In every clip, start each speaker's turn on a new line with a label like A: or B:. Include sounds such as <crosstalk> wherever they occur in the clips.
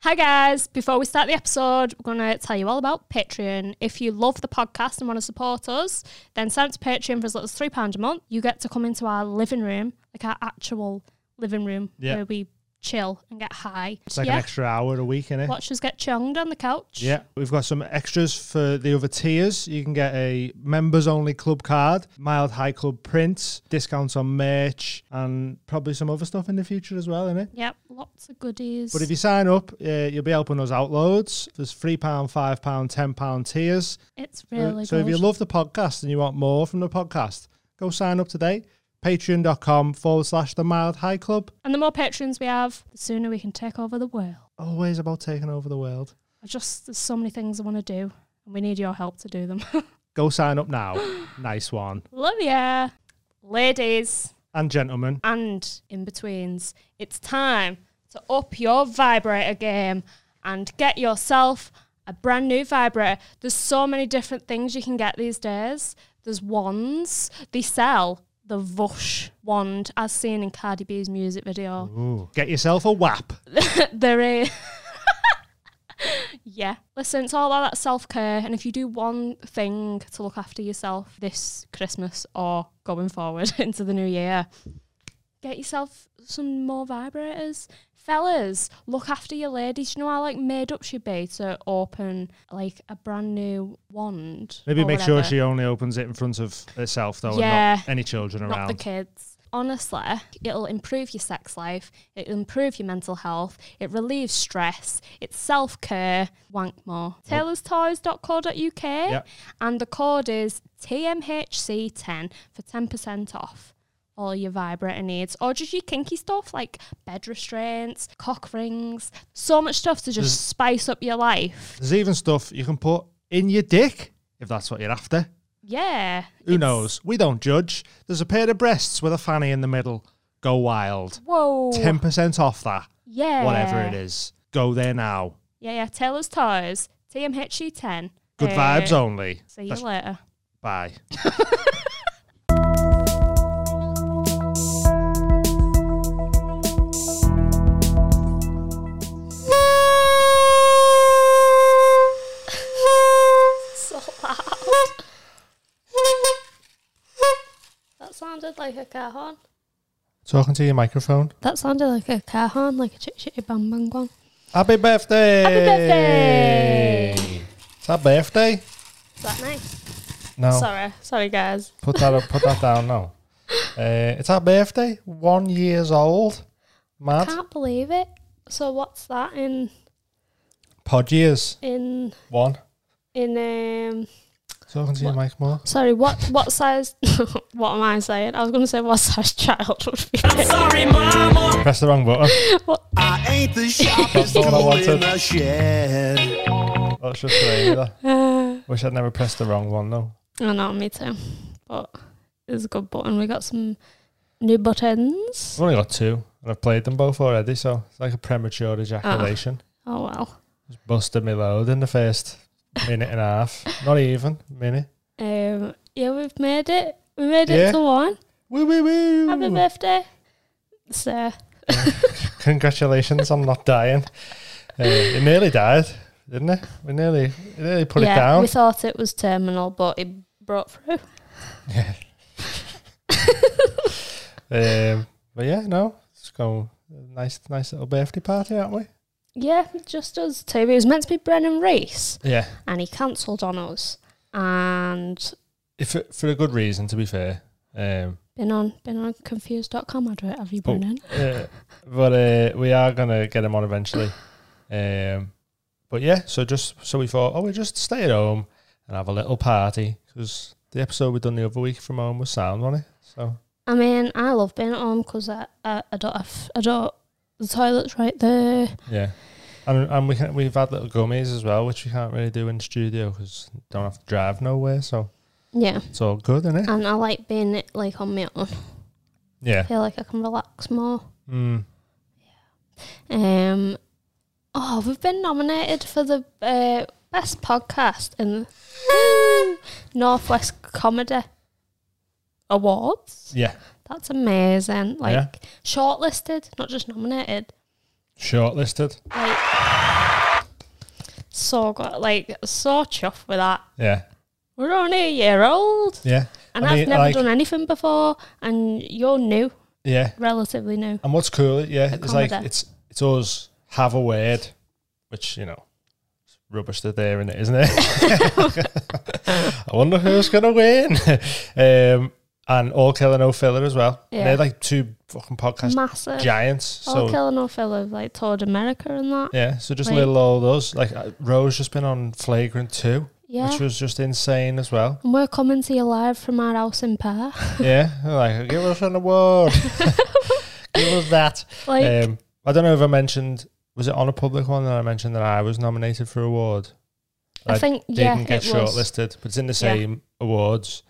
A: Hi, guys. Before we start the episode, we're going to tell you all about Patreon. If you love the podcast and want to support us, then sign up to Patreon for as little as £3 a month. You get to come into our living room, like our actual living room,
B: Yeah.
A: where we chill and get high.
B: It's like
A: yeah.
B: an extra hour a week, innit?
A: Watch us get chonged on the couch.
B: Yeah, we've got some extras for the other tiers. You can get a members only club card, mild high club prints, discounts on merch, and probably some other stuff in the future as well, innit?
A: Yep, lots of goodies.
B: But if you sign up, uh, you'll be helping us out loads. There's £3, £5, £10 tiers.
A: it's
B: Uh,
A: really
B: so if
A: good.
B: you love the podcast and you want more from the podcast, go sign up today. Patreon.com forward slash the mild high club.
A: and the more patrons we have, the sooner we can take over the world.
B: Always about taking over the world.
A: I just, there's so many things I want to do, and we need your help to do them. <laughs>
B: Go sign
A: <gasps>
B: up now. nice one.
A: love ya. Ladies.
B: And gentlemen,
A: and in betweens, it's time to up your vibrator game and get yourself a brand new vibrator. There's so many different things you can get these days. There's wands, they sell the Vush wand as seen in Cardi B's music video.
B: Ooh. Get yourself a WAP.
A: There is. <laughs> yeah. Listen, it's all about that self care. And if you do one thing to look after yourself this Christmas or going forward <laughs> into the new year, get yourself some more vibrators. Fellas, look after your ladies. You know how like made up she'd be to open like a brand new wand.
B: Maybe
A: or
B: make sure
A: whatever?
B: she only opens it in front of herself, though,
A: Yeah.
B: and not any children
A: not the
B: around.
A: kids. Honestly, it'll improve your sex life, it'll improve your mental health, it relieves stress, it's self care. Wank more. Taylorstoys.co.uk
B: Yep.
A: and the code is TMHC10 for 10% off all your vibrator needs or just your kinky stuff like bed restraints, cock rings, so much stuff to just spice up your life.
B: There's even stuff you can put in your dick if that's what you're after.
A: Yeah.
B: Who
A: it's-
B: knows? We don't judge. There's a pair of breasts with a fanny in the middle. Go wild.
A: Whoa.
B: 10% off that,
A: yeah.
B: whatever it is. Go there now.
A: Yeah, yeah. Taylor's Toys, TMHE 10.
B: Good
A: Uh,
B: vibes only.
A: See you
B: That's-
A: later.
B: Bye.
A: <laughs> So loud. That sounded like a car horn.
B: Talking to your microphone.
A: That sounded like a car horn, like a chitty chitty bang bang one.
B: Happy birthday!
A: Happy birthday!
B: It's her birthday?
A: Is that nice?
B: No.
A: Sorry, sorry guys.
B: Put that up, put that down now. Uh, it's our birthday. One years old. Mad.
A: Can't believe it. So what's that in
B: Pod years.
A: in
B: One.
A: in um?
B: Talking to your mic more.
A: Sorry, what what size? <laughs> what am I saying? I was gonna say what size child would be. <laughs>
B: Press the wrong button.
A: What?
C: I
B: <laughs>
C: ain't the sharpest
B: That's all I
C: tool
B: wanted.
C: in the shed.
B: That's just the way either. Wish I'd never pressed the wrong one though.
A: Uh, I know, me too. But it's a good button. We got some new buttons.
B: I've only got two, and I've played them both already, so it's like a premature ejaculation.
A: Oh well.
B: Just busted me load in the first minute and a half. Not even minute.
A: Um, yeah, we've made it. We made it
B: Yeah. Hmm.
A: to one.
B: Woo woo woo!
A: Happy birthday. So
B: Congratulations on not dying. Uh, it nearly died, didn't it? We nearly, it nearly put
A: yeah,
B: it down.
A: we thought it was terminal, but it brought through.
B: Yeah. um, but yeah, no, it's going nice, nice little birthday party, aren't we?
A: Yeah, just us two. It was meant to be Brennan Reese,
B: Yeah,
A: and he cancelled on us. And
B: if it, for a good reason, to be fair. Um,
A: been on been on confused.com advert, have you,
B: Oh.
A: Brennan?
B: uh, but uh, we are gonna get him on eventually. Um, but yeah, so just so we thought, oh, we just stay at home and have a little party because the episode we done the other week from home was sound on it. So
A: I mean, I love being at home because I, I, I don't have I don't the toilet's right there.
B: yeah. And, and we can, we've had little gummies as well, which we can't really do in studio because don't have to drive nowhere. So
A: Yeah,
B: it's all good, isn't it?
A: and I like being like on my own.
B: Yeah.
A: I feel like I can relax more.
B: Mm.
A: Um, oh, we've been nominated for the uh, best podcast in <laughs> the Northwest Comedy Awards.
B: Yeah.
A: That's amazing. Like
B: Yeah.
A: shortlisted, not just nominated.
B: Shortlisted.
A: Like so good, like so chuffed with that.
B: Yeah.
A: We're only a year old,
B: Yeah.
A: and
B: I
A: I
B: mean,
A: have never
B: like-
A: done anything before, and you're new,
B: Yeah.
A: relatively new.
B: And what's cool, yeah,
A: The
B: it's like
A: comedy.
B: it's it's us have a word, which you know, it's rubbish that they're in it, <laughs> isn't it? I wonder who's gonna win. <laughs> um, and all killer no filler as well. And
A: Yeah.
B: they're like two fucking podcast
A: Massive.
B: giants.
A: All
B: So
A: killing all fellow like toured America and that.
B: yeah, so just
A: Like-
B: little old us. Like uh, Rose just been on Flagrant Two,
A: Yeah.
B: which was just insane as well.
A: and we're coming to you live from our house in Pear.
B: <laughs> yeah, like give us
A: <laughs>
B: an award, give us that.
A: Like,
B: um, I don't know if I mentioned. Was it on a public one that I mentioned that I was nominated for award?
A: I
B: I
A: think, yeah,
B: Didn't get
A: it was.
B: shortlisted, but it's in the same awards.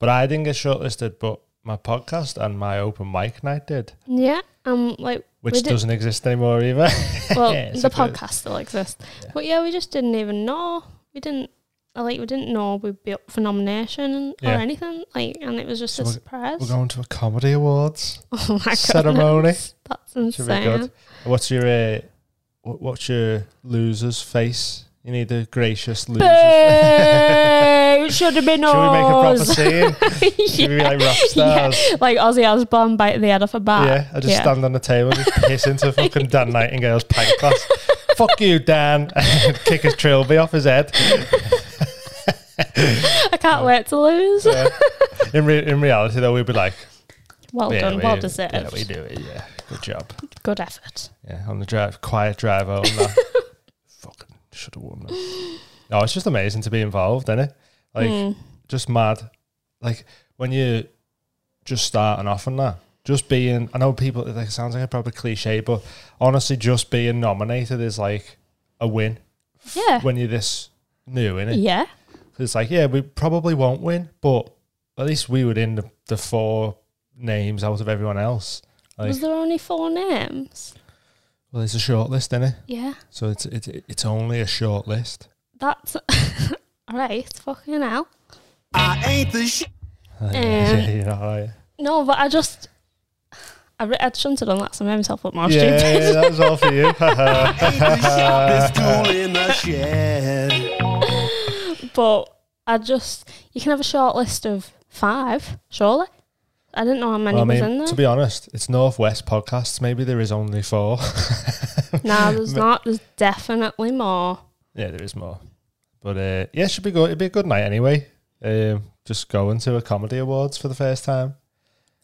B: But I didn't get shortlisted, but my podcast and my open mic night did,
A: Yeah, um,
B: <laughs>
A: like,
B: which
A: We did-
B: doesn't exist anymore either.
A: well,
B: It's
A: the
B: a good-
A: podcast still exists,
B: Yeah.
A: but yeah, we just didn't even know. We didn't I like we didn't know we'd be up for nomination
B: Yeah.
A: or anything. Like, and it was just
B: So
A: a
B: we're-
A: surprise.
B: <laughs> We're going to a comedy awards
A: <laughs> oh <laughs> my god,
B: ceremony.
A: that's
B: Should be
A: insane.
B: good. What's your uh, wh- what's your loser's face? You need a gracious loser.
A: Boo! Should have been
B: <laughs> Should we make a
A: <laughs>
B: proper
A: us.
B: scene? Should we be like rock stars?
A: Like Ozzy Osbourne biting the head off a bat.
B: Yeah, I just stand on the table and just piss into fucking Dan Nightingale's pint glass. Fuck you, Dan. <laughs> Kick his trilby off his head.
A: I can't wait to lose.
B: Yeah. in, re- in reality, though, we'd be like,
A: Well
B: yeah,
A: done,
B: we,
A: well
B: Yeah,
A: deserved.
B: we do it. Yeah, good job.
A: Good effort.
B: Yeah, on the drive, quiet drive
A: <laughs>
B: home. that. fucking should have won. that. No, it's just amazing to be involved, is it? Like,
A: Mm.
B: just mad. Like when you just starting off on that, just being. I know people. Like, it sounds like a proper cliche, but honestly, just being nominated is like a win
A: Yeah.
B: when you're this new, innit?
A: Yeah.
B: It's like, yeah, we probably won't win, but at least we were in the, the four names out of everyone else. Like,
A: was there only four names?
B: well, it's a short list, innit?
A: Yeah.
B: So it's it's it's only a short list.
A: That's <laughs> all right. Fucking hell.
C: I ain't
B: <laughs>
C: the sh-
B: Like,
A: Um,
B: yeah, you know, like-
A: No, but I just. I, re- I shouldn't have done that. So I made myself look more
B: yeah,
A: stupid.
B: yeah, that was all
A: <laughs>
B: for you. <laughs>
C: ain't the sharpest tool in the shed.
A: <laughs> But I just. You can have a short list of five, surely. I didn't know how many
B: Well, I
A: was in
B: mean,
A: there.
B: <laughs> to be honest, it's Northwest podcasts. Maybe there is only four. <laughs>
A: no, there's not. There's definitely more.
B: yeah, there is more. But uh, yeah, it should be good. It'd be a good night anyway. Um, just going to a comedy awards for the first time.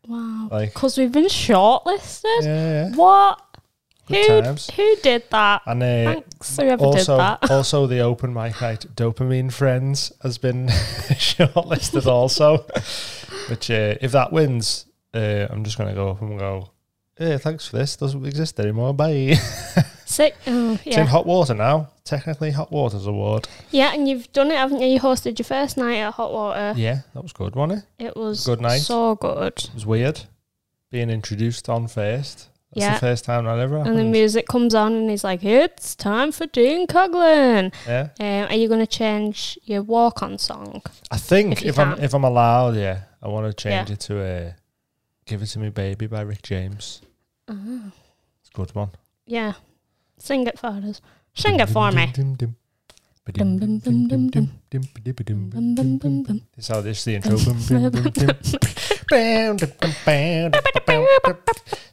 A: Wow.
B: Like,
A: Because we've been shortlisted.
B: yeah, yeah.
A: What?
B: Good
A: who
B: times.
A: who did that?
B: And uh,
A: Thanks, whoever
B: also,
A: did that. <laughs>
B: also the open mic night, Dopamine Friends has been <laughs> shortlisted also. Which, uh, if that wins, uh, I'm just gonna go up and go. Yeah, thanks for this. Doesn't exist anymore. Bye. <laughs>
A: Sick. Oh,
B: It's
A: yeah.
B: in hot water now. Technically, hot water's award.
A: Yeah, and you've done it, haven't you? You hosted your first night at Hot Water.
B: Yeah, that was good, wasn't it?
A: It was
B: Good night.
A: so good.
B: It was weird being introduced on first. That's
A: Yeah.
B: the first time that ever
A: And
B: happened.
A: the music comes on, and he's like, "It's time for Dean Coughlin."
B: yeah,
A: Um, are you going to change your walk-on song?
B: I think
A: If
B: if,
A: you
B: I'm
A: can.
B: if I'm allowed, yeah, I want to change
A: Yeah.
B: it to uh, "Give It to Me, Baby" by Rick James.
A: Oh,
B: It's a good one.
A: yeah, sing it for us. Sing it for me. <laughs> Dum, dum, dum, dum, dum. Bum, bum, bum, bum.
B: That's how this is the intro.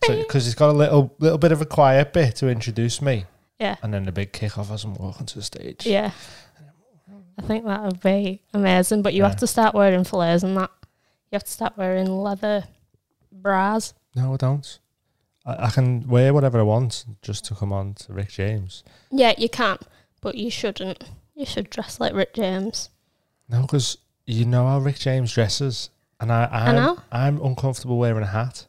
B: So, because it's got a little little bit of a quiet bit to introduce me,
A: Yeah,
B: and then the big kick off as I'm walking to the stage.
A: yeah. I think that would be amazing. But you
B: Yeah.
A: have to start wearing flares and that. You have to start wearing leather bras.
B: No, I don't. I, I can wear whatever I want just to come on to Rick James.
A: Yeah, you can, but you shouldn't. You should dress like Rick
B: <laughs>
A: James.
B: No, because you know how Rick James dresses, and I, I'm,
A: know.
B: I'm uncomfortable wearing a hat.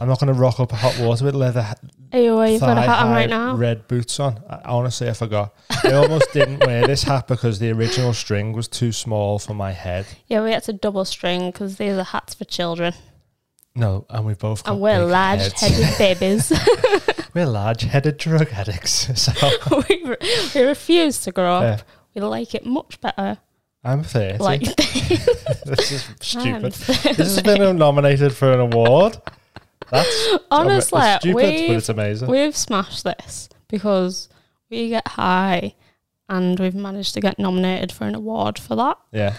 B: I'm not going to rock up a hot water with leather ha-
A: Are you aware you've got a hat on
B: thigh-high
A: right now?
B: red boots on. I, honestly, I forgot. I almost didn't wear this hat because the original string was too small for my head.
A: Yeah, we had to double string because these are hats for children.
B: No, and we both got
A: and we're
B: big
A: large
B: heads.
A: headed babies.
B: <laughs>
A: <laughs>
B: We're large-headed drug addicts. <laughs> So
A: we, re- we refuse to grow
B: Yeah.
A: up. We like it much better.
B: I'm thirty.
A: Like,
B: <laughs>
A: <laughs>
B: this is
A: I'm <laughs>
B: stupid. This has been nominated for an award. That's
A: honestly,
B: it's stupid, but
A: we've,
B: it's amazing.
A: we've smashed this because we get high and we've managed to get nominated for an award for that.
B: Yeah.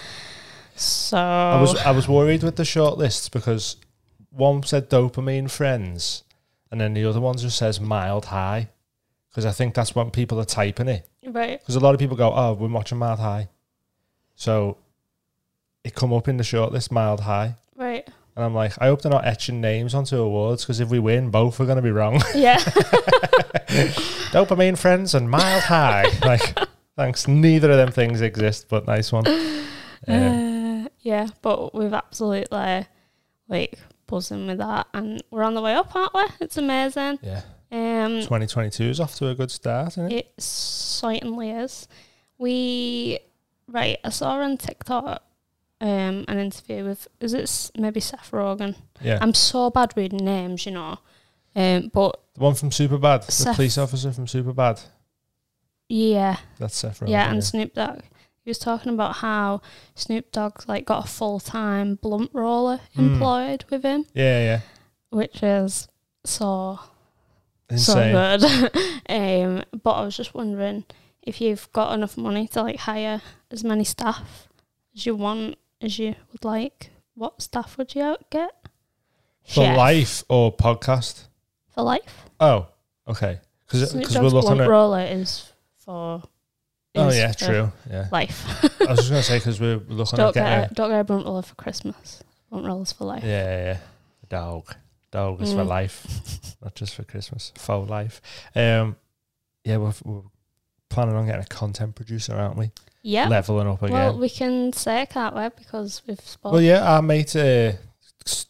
A: So
B: I was I was worried with the short lists because one said dopamine friends, and then the other one just says mild high, because I think that's when people are typing it.
A: right.
B: Because a lot of people go, "Oh, we're watching mild high," so it come up in the short list mild high,
A: Right. <laughs>
B: and I'm like, I hope they're not etching names onto awards because if we win, both are going to be wrong. <laughs>
A: Yeah.
B: dopamine friends and
A: <laughs>
B: mild high, like. Thanks. Neither of them things exist, but
A: <sighs>
B: nice one. Yeah.
A: Uh, yeah, but we've absolutely like buzzing with that, and we're on the way up, aren't we? It's amazing.
B: yeah.
A: Um,
B: 2022 is off to a good start, isn't it?
A: it certainly is. We right. I saw on TikTok um an interview with is it S- maybe Seth Rogen?
B: Yeah.
A: I'm so bad reading names, you know. Um, but
B: The one from Superbad, the
A: Seth.
B: police officer from Superbad.
A: yeah,
B: That's Seth Rogen.
A: yeah, and Snoop Dogg. He was talking about how Snoop Dogg like got a full time blunt roller
B: Hmm.
A: employed with him.
B: yeah, yeah.
A: which is so
B: Insane.
A: so good. <laughs> um, but I was just wondering if you've got enough money to like hire as many staff as you want as you would like. What staff would you out- get?
B: For
A: Chef.
B: life or podcast?
A: For life.
B: Oh, okay. Because
A: Snoop
B: we're
A: Dogg's
B: looking
A: blunt
B: at.
A: roller is for.
B: Oh,
A: is
B: yeah,
A: for
B: true. Yeah.
A: Life. <laughs>
B: I was just going to say, because we're looking
A: don't get,
B: at getting.
A: a, don't get a blunt roller for Christmas. Blunt rollers for life.
B: Yeah, yeah, yeah. Dog. Dog is for
A: Mm.
B: life, not just for Christmas. Faux life. Um, yeah, we're, we're planning on getting a content producer, aren't we?
A: Yeah.
B: Leveling up again.
A: Well, we can say can't we? Because we've spoken.
B: Well, yeah, our mate uh,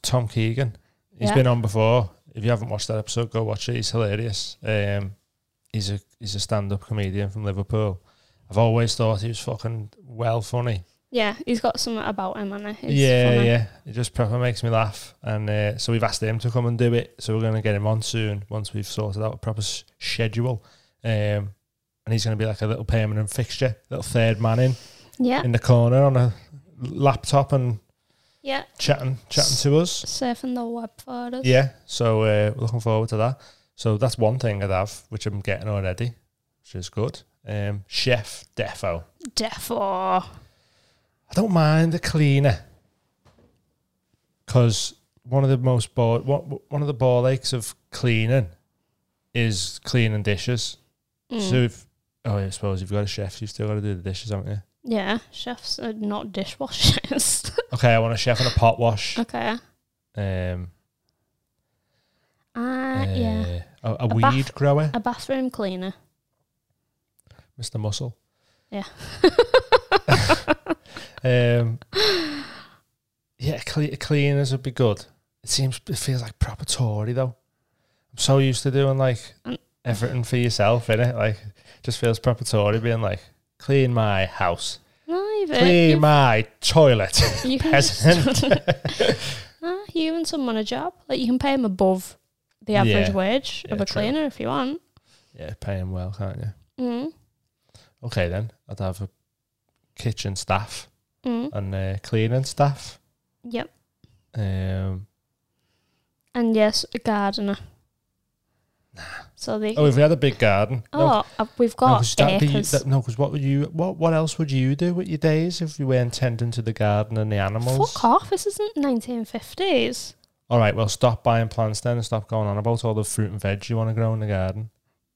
B: Tom Keegan. He's
A: Yeah.
B: been on before. If you haven't watched that episode, go watch it. He's hilarious. Um, he's a he's a stand up comedian from Liverpool. I've always thought he was fucking well funny.
A: Yeah, he's got something about him, and he's
B: yeah,
A: funny.
B: yeah. It just proper makes me laugh. And uh, so we've asked him to come and do it. So we're going to get him on soon once we've sorted out a proper s- schedule. Um, and he's going to be like a little permanent fixture, little third man in
A: yeah,
B: in the corner on a laptop and
A: yeah.
B: chatting chatting to us.
A: surfing the web for us.
B: Yeah, so uh, we're looking forward to that. So that's one thing I'd have, which I'm getting already, which is good. Um, chef Defo.
A: Defo.
B: I don't mind the cleaner because one of the most bore, one, one of the ball aches of cleaning is cleaning dishes.
A: Mm.
B: So if oh, I suppose if you've got a chef, you've still got to do the dishes, haven't you?
A: yeah, chefs are not dishwashers. <laughs>
B: Okay, I want a chef and a pot wash.
A: okay.
B: Um,
A: Uh, yeah.
B: uh, a, a,
A: A
B: weed
A: bath-
B: grower,
A: A bathroom cleaner.
B: Mr. Muscle.
A: Yeah.
B: <laughs> Um, yeah, cle- cleaners would be good. It seems it feels like proper Tory though. I'm so used to doing like
A: Mm.
B: everything for yourself, innit? Like, just feels proper Tory being like, clean my house,
A: no, even.
B: clean my toilet.
A: <laughs>
B: <laughs>
A: you, you can <laughs>
B: peasant.
A: just- Nah, you and someone a job. Like, you can pay them above the average
B: Yeah.
A: wage of
B: Yeah,
A: a
B: true.
A: cleaner if you want.
B: <laughs> yeah, pay him well, can't you?
A: Mm.
B: Okay, then I'd have a kitchen staff
A: Mm.
B: and uh, cleaning staff.
A: Yep.
B: Um,
A: And yes, a gardener. So they.
B: oh, if we had a big garden, no,
A: Oh, uh, we've
B: No,
A: got
B: because that'd be,
A: acres.
B: that, no, 'cause what would you what what else would you do with your days if you weren't tending to the garden and the animals?
A: Fuck off! This isn't 1950s.
B: All right, well, stop buying plants then and stop going on about all the fruit and veg you want to grow in the garden.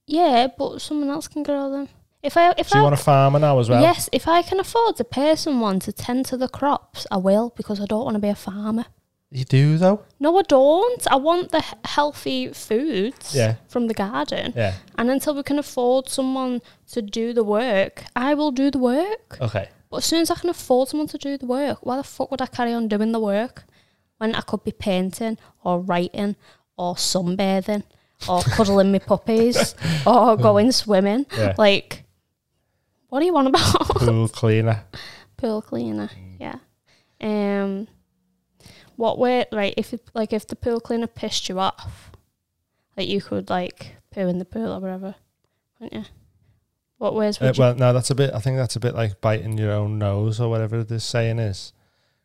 A: Yeah, but someone else can grow them. If I if
B: So
A: I
B: you want to farm now as well?
A: yes, if I can afford to pay someone to tend to the crops, I will because I don't want to be a farmer.
B: You do though.
A: No, I don't. I want the h- healthy foods
B: Yeah.
A: from the garden,
B: Yeah.
A: and until we can afford someone to do the work, I will do the work. <laughs>
B: Okay.
A: But as soon as I can afford someone to do the work, why the fuck would I carry on doing the work when I could be painting or writing or sunbathing
B: <laughs>
A: or cuddling my puppies or going swimming?
B: Yeah.
A: Like, what do you want about <laughs>
B: Pool cleaner.
A: pool cleaner? Uh, Yeah. Um, what way? Right, if it- like if the pool cleaner pissed you off, like you could like poo in the pool or whatever, wouldn't you? What ways would
B: Uh, well, no, that's a bit. I think that's a bit like biting your own nose or whatever this saying is,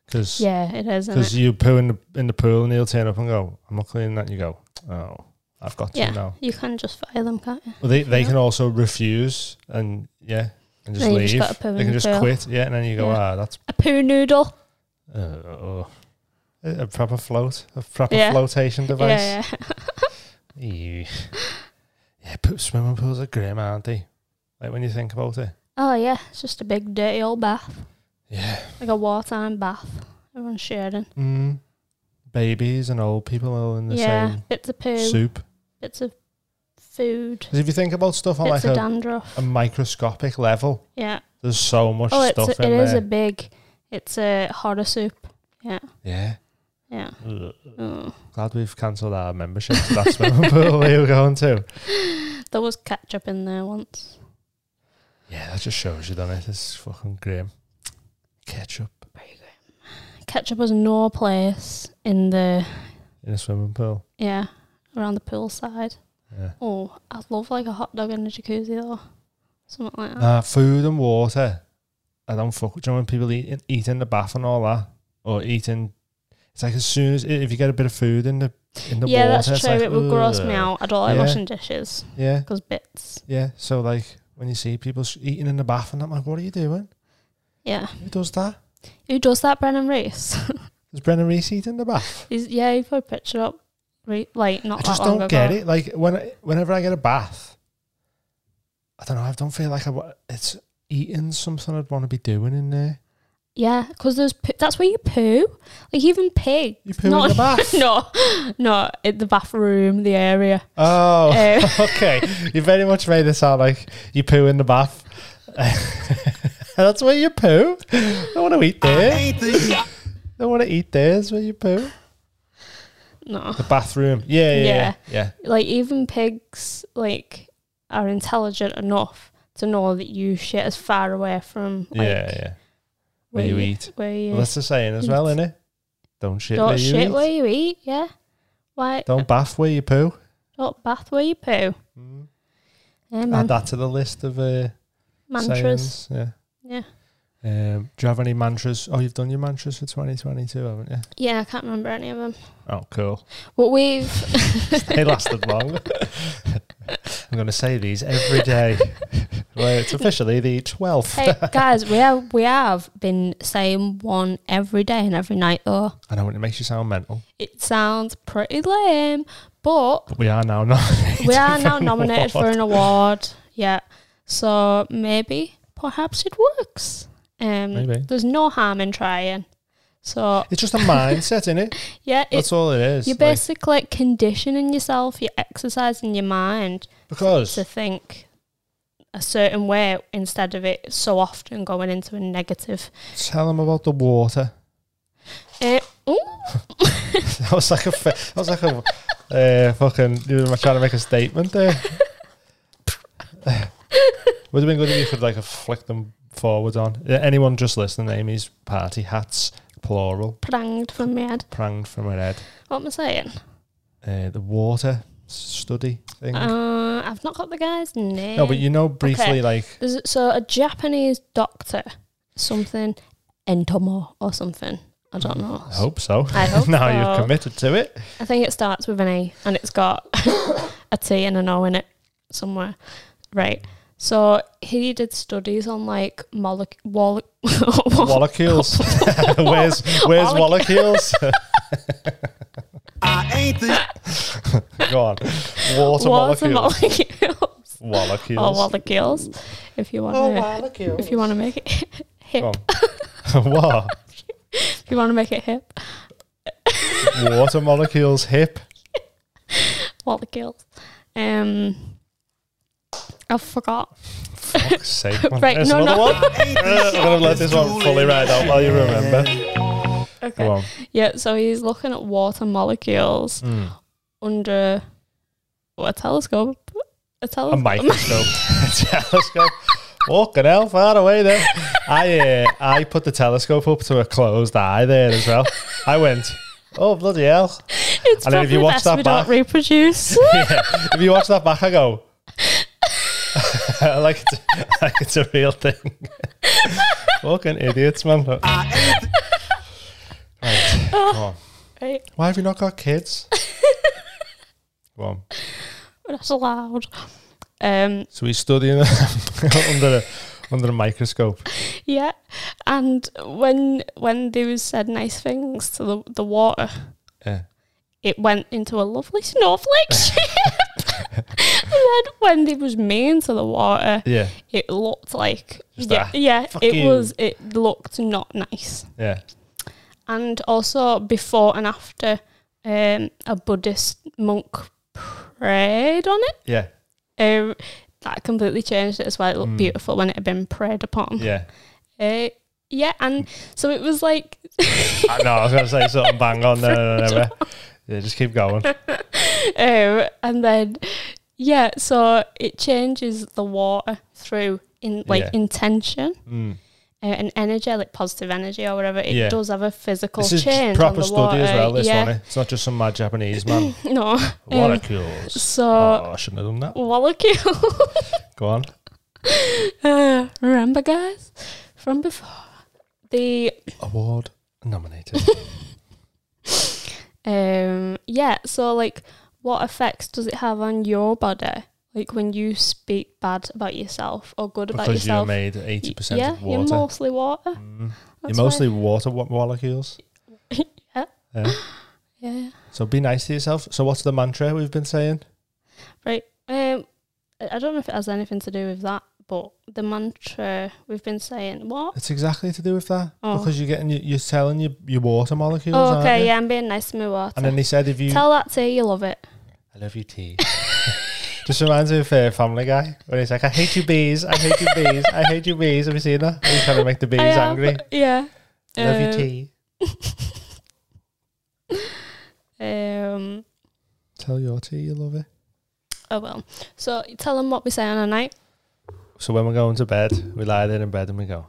B: because
A: you? Yeah, it is. Isn't it?
B: because you poo in the in the pool and he'll turn up and go, "I'm not cleaning that." And you go, "Oh, I've got
A: Yeah,
B: to now."
A: you can just fire them, can't you?
B: Well, they, they
A: Yeah.
B: can also refuse, and yeah, and just
A: Then you just
B: leave.
A: got a poo
B: they
A: in
B: can
A: the
B: just
A: pool.
B: quit. Yeah, and then you go,
A: Yeah.
B: ah, that's
A: A poo noodle.
B: uh, uh, a proper float, a proper
A: Yeah.
B: flotation device.
A: Yeah, yeah. <laughs>
B: Ew. Yeah, but swimming pools are grim, aren't they? Like when you think about it.
A: Oh yeah, it's just a big dirty old bath,
B: Yeah.
A: like a wartime bath. Everyone's sharing.
B: Mm. Babies and old people all in the
A: yeah,
B: same
A: bits of poo,
B: soup.
A: bits of food,
B: Because if you think about stuff on
A: bits
B: like
A: of
B: a,
A: dandruff.
B: a microscopic level,
A: yeah.
B: there's so much
A: Oh, it's
B: stuff
A: a,
B: in
A: it
B: there.
A: is a big. It's a horror soup. Yeah,
B: yeah.
A: yeah.
B: Ugh.
A: Mm.
B: Glad we've cancelled our membership to that swimming pool we were going to.
A: There was ketchup in there once.
B: Yeah, that just shows you, doesn't it? It's fucking grim. Ketchup
A: Ketchup was no place in the
B: in a swimming pool.
A: yeah around the poolside.
B: Yeah.
A: Oh, I'd love like a hot dog in a jacuzzi or something like that.
B: Nah, food and water. I don't fuck with you know when people eat, eat in the bath and all that, or eating. It's like as soon as if you get a bit of food in the in the
A: yeah,
B: water,
A: that's
B: it's
A: true.
B: like,
A: it would gross me
B: "Ugh."
A: out. I don't like
B: Yeah.
A: washing dishes
B: Yeah,
A: because bits.
B: yeah. So like when you see people sh- eating in the bath and I'm like, what are you doing?
A: Yeah.
B: Who does that?
A: Who does that, Brennan Reese? <laughs>
B: Does Brennan Reese eat in the bath?
A: He's, yeah, he put a picture up, re- like not
B: I
A: that
B: just
A: long
B: don't
A: ago.
B: get it. Like when I- whenever I get a bath, I don't know. I don't feel like I wa- it's eating something I'd want to be doing in there.
A: Yeah, because there's poo- that's where you poo. Like even pig.
B: You poo
A: Not- <laughs>
B: in the bath.
A: no, no, in the bathroom, the area.
B: Oh,
A: Uh,
B: <laughs> okay. You very much made it sound like you poo in the bath. <laughs> That's where you poo. Don't want to eat there.
C: Ain't the
B: Don't want to eat there. Is where you poo.
A: no,
B: The bathroom. Yeah, yeah, yeah.
A: Yeah.
B: yeah.
A: like even pigs like are intelligent enough to know that you shit as far away from like,
B: yeah, yeah. Where you eat.
A: Where you
B: Well, that's the saying as well, innit? Don't shit
A: don't
B: where you
A: shit
B: eat.
A: where you eat. Yeah, why
B: Don't bath where you poo.
A: Don't bath where you poo. Yeah, man.
B: Add Ah, that to the list of uh,
A: Mantras.
B: sayings. Yeah.
A: Yeah.
B: Um, do you have any mantras? Oh, you've done your mantras for 2022, haven't you?
A: Yeah, I can't remember any of them.
B: Oh, cool.
A: But we've
B: they lasted <laughs> long. I'm going to say these every day. <laughs> well, it's officially the 12th.
A: hey <laughs> guys, we have we have been saying one every day and every night though.
B: I know it makes you sound mental,
A: It sounds pretty lame,
B: <laughs>
A: but
B: but we are now not.
A: we are now nominated
B: award.
A: for an award. Yeah, so maybe perhaps it works. Um,
B: Maybe.
A: there's no harm in trying. So
B: It's just a mindset, isn't it?
A: yeah, it's
B: That's all it is.
A: you're
B: Like,
A: basically conditioning yourself. You're exercising your mind.
B: because
A: to think a certain way instead of it so often going into a negative.
B: tell them about the water.
A: Uh, ooh,
B: <laughs> That was like a. fe- That was like a. Uh, fucking. You were trying to make a statement there. <laughs> Would have been good if you could like have flicked them forward on. Yeah, Anyone just listening, Amy's party hats, plural,
A: pranged from my head.
B: pranged from her head.
A: What am I saying?
B: uh, the water study thing.
A: Uh, I've not got the guy's name.
B: no, but you know briefly,
A: okay.
B: like
A: There's, so a Japanese doctor, something entomo or something. I don't know.
B: I hope so.
A: I hope
B: <laughs> now
A: so.
B: you've committed to it.
A: I think it starts with an A and it's got <coughs> a T and an O in it somewhere. Right. So he did studies on like molecule. <laughs> Wall- <laughs>
B: Molecules. <laughs> where's where's
A: Wallach-
B: molecules? <laughs>
C: I ain't the
B: Go on. Water,
A: water Oh,
B: molecules.
A: molecules <laughs>
B: molecules.
A: or molecules if you
C: Oh,
A: want to if <laughs> you want to make it hip
B: Go on. <laughs> what?
A: if you want to make it hip
B: Water molecules hip.
A: molecules um I forgot
B: Fuck's sake. man.
A: Right,
B: There's
A: no,
B: another
A: no.
B: one. Uh, I'm gonna let this one fully ride out while you remember.
A: okay
B: Go on.
A: yeah so he's looking at water molecules
B: Mm.
A: under oh, a telescope a
B: a
A: telescope
B: microscope, a telescope. Walking hell, far away then. I uh, I put the telescope up to a closed eye there as well. I went, oh bloody hell! <laughs>
A: it's probably
B: And then if you watch
A: best
B: that
A: we
B: back-
A: don't
B: <laughs>
A: reproduce
B: Yeah. If you watch that back, I go, <laughs> like it's, like it's a real thing. <laughs> Fucking idiots, man. Right, come on.
A: right
B: Why have you not got <laughs> kids? Come on.
A: that's allowed um
B: So he's studying <laughs> under a, under a microscope.
A: Yeah, and when when they was said nice things to the the water,
B: Yeah.
A: it went into a lovely snowflake <laughs> shape.
B: <laughs>
A: and then when they was mean to the water,
B: Yeah.
A: it looked like
B: Just
A: yeah,
B: that,
A: yeah
B: "Fuck
A: it
B: you."
A: was it looked not nice.
B: Yeah.
A: And also before and after, um, a Buddhist monk prayed on it.
B: Yeah.
A: Um, that completely changed it as well. It looked beautiful when it had been prayed upon.
B: Yeah.
A: Uh, yeah, and so it was like
B: I know, I was going to say something bang on there. No, no, no, no. Yeah, just keep going.
A: um, and then yeah, so it changes the water through in like
B: Yeah.
A: intention
B: Mm.
A: uh, and energy, like positive energy or whatever. It
B: Yeah.
A: does have a physical
B: This is
A: change.
B: proper
A: on the
B: study
A: water.
B: as well, this
A: yeah,
B: one. eh? It's not just some mad Japanese
A: <clears throat>
B: man.
A: <laughs> no.
B: What
A: um,
B: a course.
A: so
B: Oh, I shouldn't have done that.
A: Wallachio,
B: Go on.
A: <laughs> uh, remember guys from before the
B: Award nominated.
A: Um, yeah, so like, what effects does it have on your body? Like when you speak bad about yourself or good about
B: because you're
A: yourself?
B: made 80%
A: yeah,
B: of water.
A: you're mostly water.
B: Mm.
A: That's
B: you're
A: why-
B: mostly water wa- molecules.
A: <laughs> Yeah.
B: Yeah.
A: yeah.
B: So be nice to yourself. So what's the mantra we've been saying?
A: Right. Um, I I don't know if it has anything to do with that, but the mantra we've been saying. What?
B: It's exactly to do with that
A: Oh.
B: because you're getting your- you're selling your, your water molecules.
A: Oh,
B: aren't you?
A: okay, yeah, I'm being nice to my water.
B: And then they said if you,
A: Tell that to you, you love it.
B: I love you, tea. <laughs> Just reminds me of uh, Family Guy when he's like, "I hate you bees, I hate you bees, I hate you bees." Have you seen that? He's trying to make the bees
A: I have-
B: angry.
A: Yeah.
B: I love
A: Um,
B: you, tea.
A: Um.
B: Tell your tea you love it.
A: Oh well. So tell them what we say on a night.
B: So when we're going to bed, we lie there in bed and we go.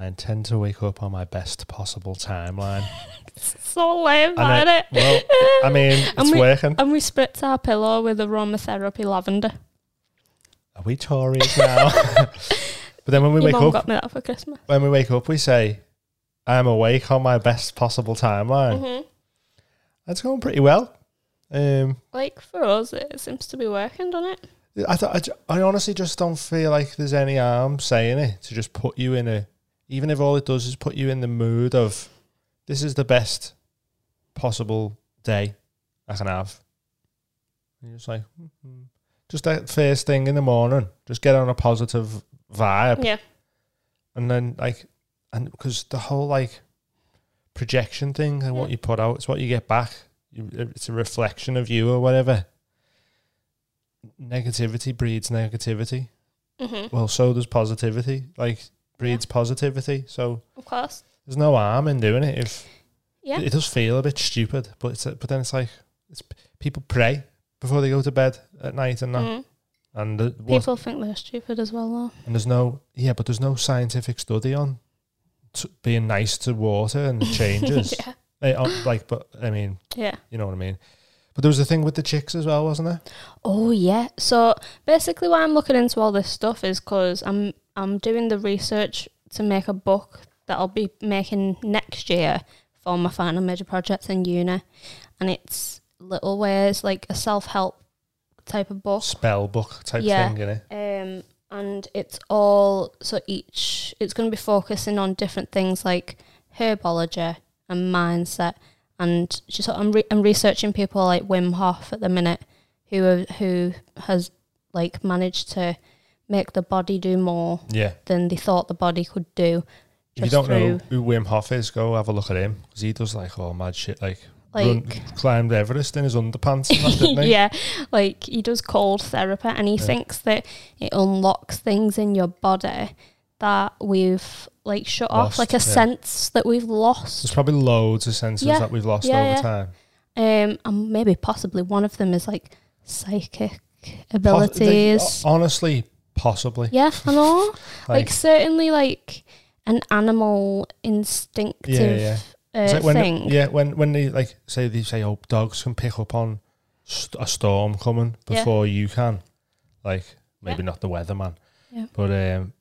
B: I intend to wake up on my best possible timeline.
A: So lame,
B: I know.
A: isn't it? <laughs>
B: Well, I mean, it's
A: we-
B: working.
A: And we spritz our pillow with aromatherapy lavender.
B: Are we Tories
A: <laughs>
B: now? <laughs> but then when we
A: Your
B: wake
A: mum
B: up,
A: got me that for Christmas.
B: when we wake up, we say, I'm awake on my best possible timeline.
A: hmm
B: That's going pretty well. Um,
A: Like for us, it seems to be working, doesn't it?
B: I, th- I, ju- I honestly just don't feel like there's any harm saying it to just put you in a, even if all it does is put you in the mood of, this is the best possible day I can have. And you're just like, "Mhm." just that first thing in the morning, just get on a positive vibe.
A: Yeah.
B: and then like and because the whole like projection thing and what
A: Mm.
B: you put out it's what you get back You- it's a reflection of you or whatever negativity breeds negativity
A: Mm-hmm.
B: well so does positivity like breeds positivity so
A: Of course.
B: there's no harm in doing it if
A: Yeah.
B: it does feel a bit stupid but it's but then it's like it's people pray before they go to bed at night and that
A: Mm.
B: and the, what,
A: People think they're stupid as well, though. <laughs>
B: and there's no yeah, but there's no scientific study on t- being nice to
A: <laughs>
B: water and the changes.
A: yeah.
B: Eh, on- like, but I mean,
A: Yeah.
B: you know what I mean. But there was a thing with the chicks as well, wasn't there?
A: Oh yeah. So basically, why I'm looking into all this stuff is because I'm I'm doing the research to make a book that I'll be making next year for my final major project in uni, and it's little ways like a self help type of book.
B: Spell book type
A: Oh. Yeah.
B: thing, you know.
A: um, and it's all so each it's going to be focusing on different things like herbology and mindset and just I'm, re- I'm researching people like Wim Hof at the minute who are, who has like managed to make the body do more
B: Yeah.
A: than they thought the body could do
B: If you
A: Just
B: don't know
A: through-
B: who Wim Hof is, go have a look at him because he does like all mad shit, like, run-
A: like
B: climbed Everest in his underpants, and
A: <laughs>
B: that, didn't he?
A: yeah, like he does cold therapy and he
B: Yeah.
A: thinks that it unlocks things in your body that we've like shut
B: Lost,
A: off, like a
B: yeah.
A: sense that we've
B: There's
A: lost.
B: probably loads of senses
A: Yeah,
B: that we've lost
A: yeah,
B: over
A: yeah.
B: time.
A: Um, and maybe possibly one of them is like psychic
B: Poss- they-
A: abilities.
B: honestly, possibly.
A: yeah, I know. like,
B: Like,
A: certainly, like an animal instinctive
B: yeah.
A: Uh,
B: It's like when,
A: thing.
B: Yeah, when when they like say they say, "Oh, dogs can pick up on st- a storm coming
A: Yeah.
B: before you can," like maybe not the weatherman,
A: Yeah.
B: but um,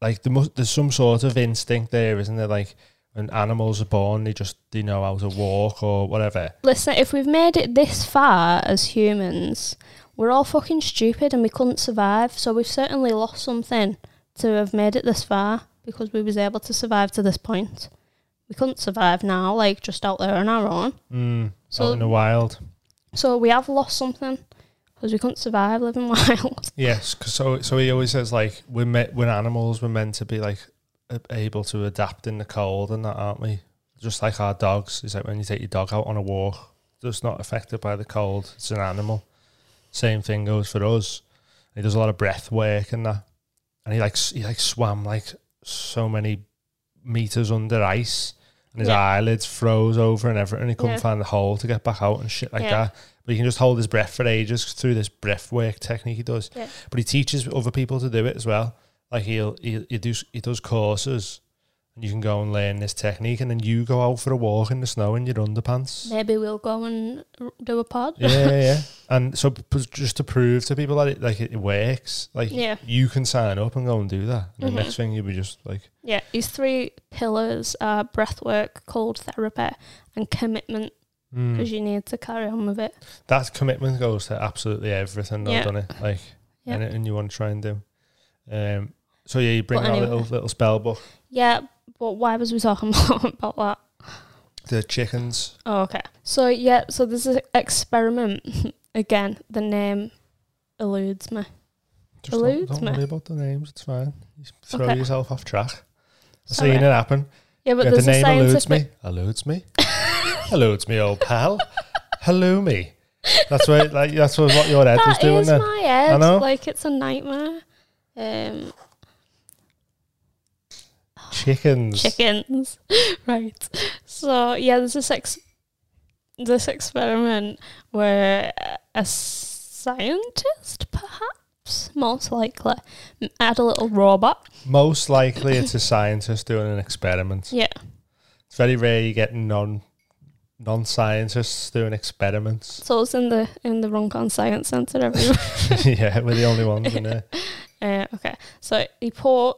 B: like there must there's some sort of instinct there, isn't there? Like when animals are born, they just they know how to walk or whatever.
A: Listen, if we've made it this far as humans, we're all fucking stupid and we couldn't survive, so we've certainly lost something to have made it this far because we was able to survive to this point. We couldn't survive now, like just out there on our own.
B: Mm,
A: So-
B: out in the wild.
A: So we have lost something because we couldn't survive living <laughs> wild.
B: Yes, 'cause so so he always says like we're me- we're animals. We're meant to be like a- able to adapt in the cold and that, aren't we? Just like our dogs. It's like when you take your dog out on a walk, it's not affected by the cold. It's an animal. Same thing goes for us. He does a lot of breath work and that, and he like s- he like swam like so many meters under ice, and his
A: Yeah.
B: eyelids froze over and everything. He couldn't
A: Yeah.
B: find the hole to get back out and shit like
A: Yeah.
B: that. But he can just hold his breath for ages through this breath work technique he does but he teaches other people to do it as well. Like he'll he he does he does courses, and you can go and learn this technique, and then you go out for a walk in the snow in your underpants.
A: Maybe we'll go and r- do a pod.
B: Yeah, yeah, yeah. and so p- just to prove to people that it like it works, like
A: Yeah.
B: you can sign up and go and do that. And
A: Mhm.
B: the next thing you'll be just like,
A: <laughs> Yeah, these three pillars are breathwork, cold therapy, and commitment
B: mm.
A: because you need to carry on with it.
B: that commitment goes to absolutely everything, though,
A: Yeah.
B: doesn't it? Like
A: Yeah.
B: anything you want to try and do. Um, so yeah, you bring
A: But
B: our
A: anyway.
B: little little spell book,
A: Yeah, but why was we talking <laughs> about that?
B: the chickens.
A: Oh, okay. So yeah, so this is experiment <laughs> again. The name eludes me.
B: Just don't,
A: Eludes
B: don't
A: me.
B: worry about the names. It's fine. You s- throw
A: Okay.
B: yourself off track. I've
A: Sorry.
B: seen it happen.
A: Yeah, but
B: Yeah, the
A: there's a
B: name eludes me.
A: scientific.
B: Eludes me. <laughs> eludes me, old pal. Hello me. That's where like that's what what your head was
A: That
B: doing
A: is
B: then.
A: my head.
B: know.
A: Like it's a nightmare. Um, <laughs>
B: Chickens.
A: chickens, right? So yeah, there's this ex- this experiment where a scientist, perhaps most likely, m- had a little robot.
B: Most likely it's a scientist doing an experiment.
A: Yeah,
B: It's very rare you get non non scientists
A: <laughs>
B: doing experiments. <laughs>
A: so it's in the in the Runcorn Science Centre every
B: yeah, we're the only ones
A: <laughs>
B: in there.
A: Uh, okay, so he put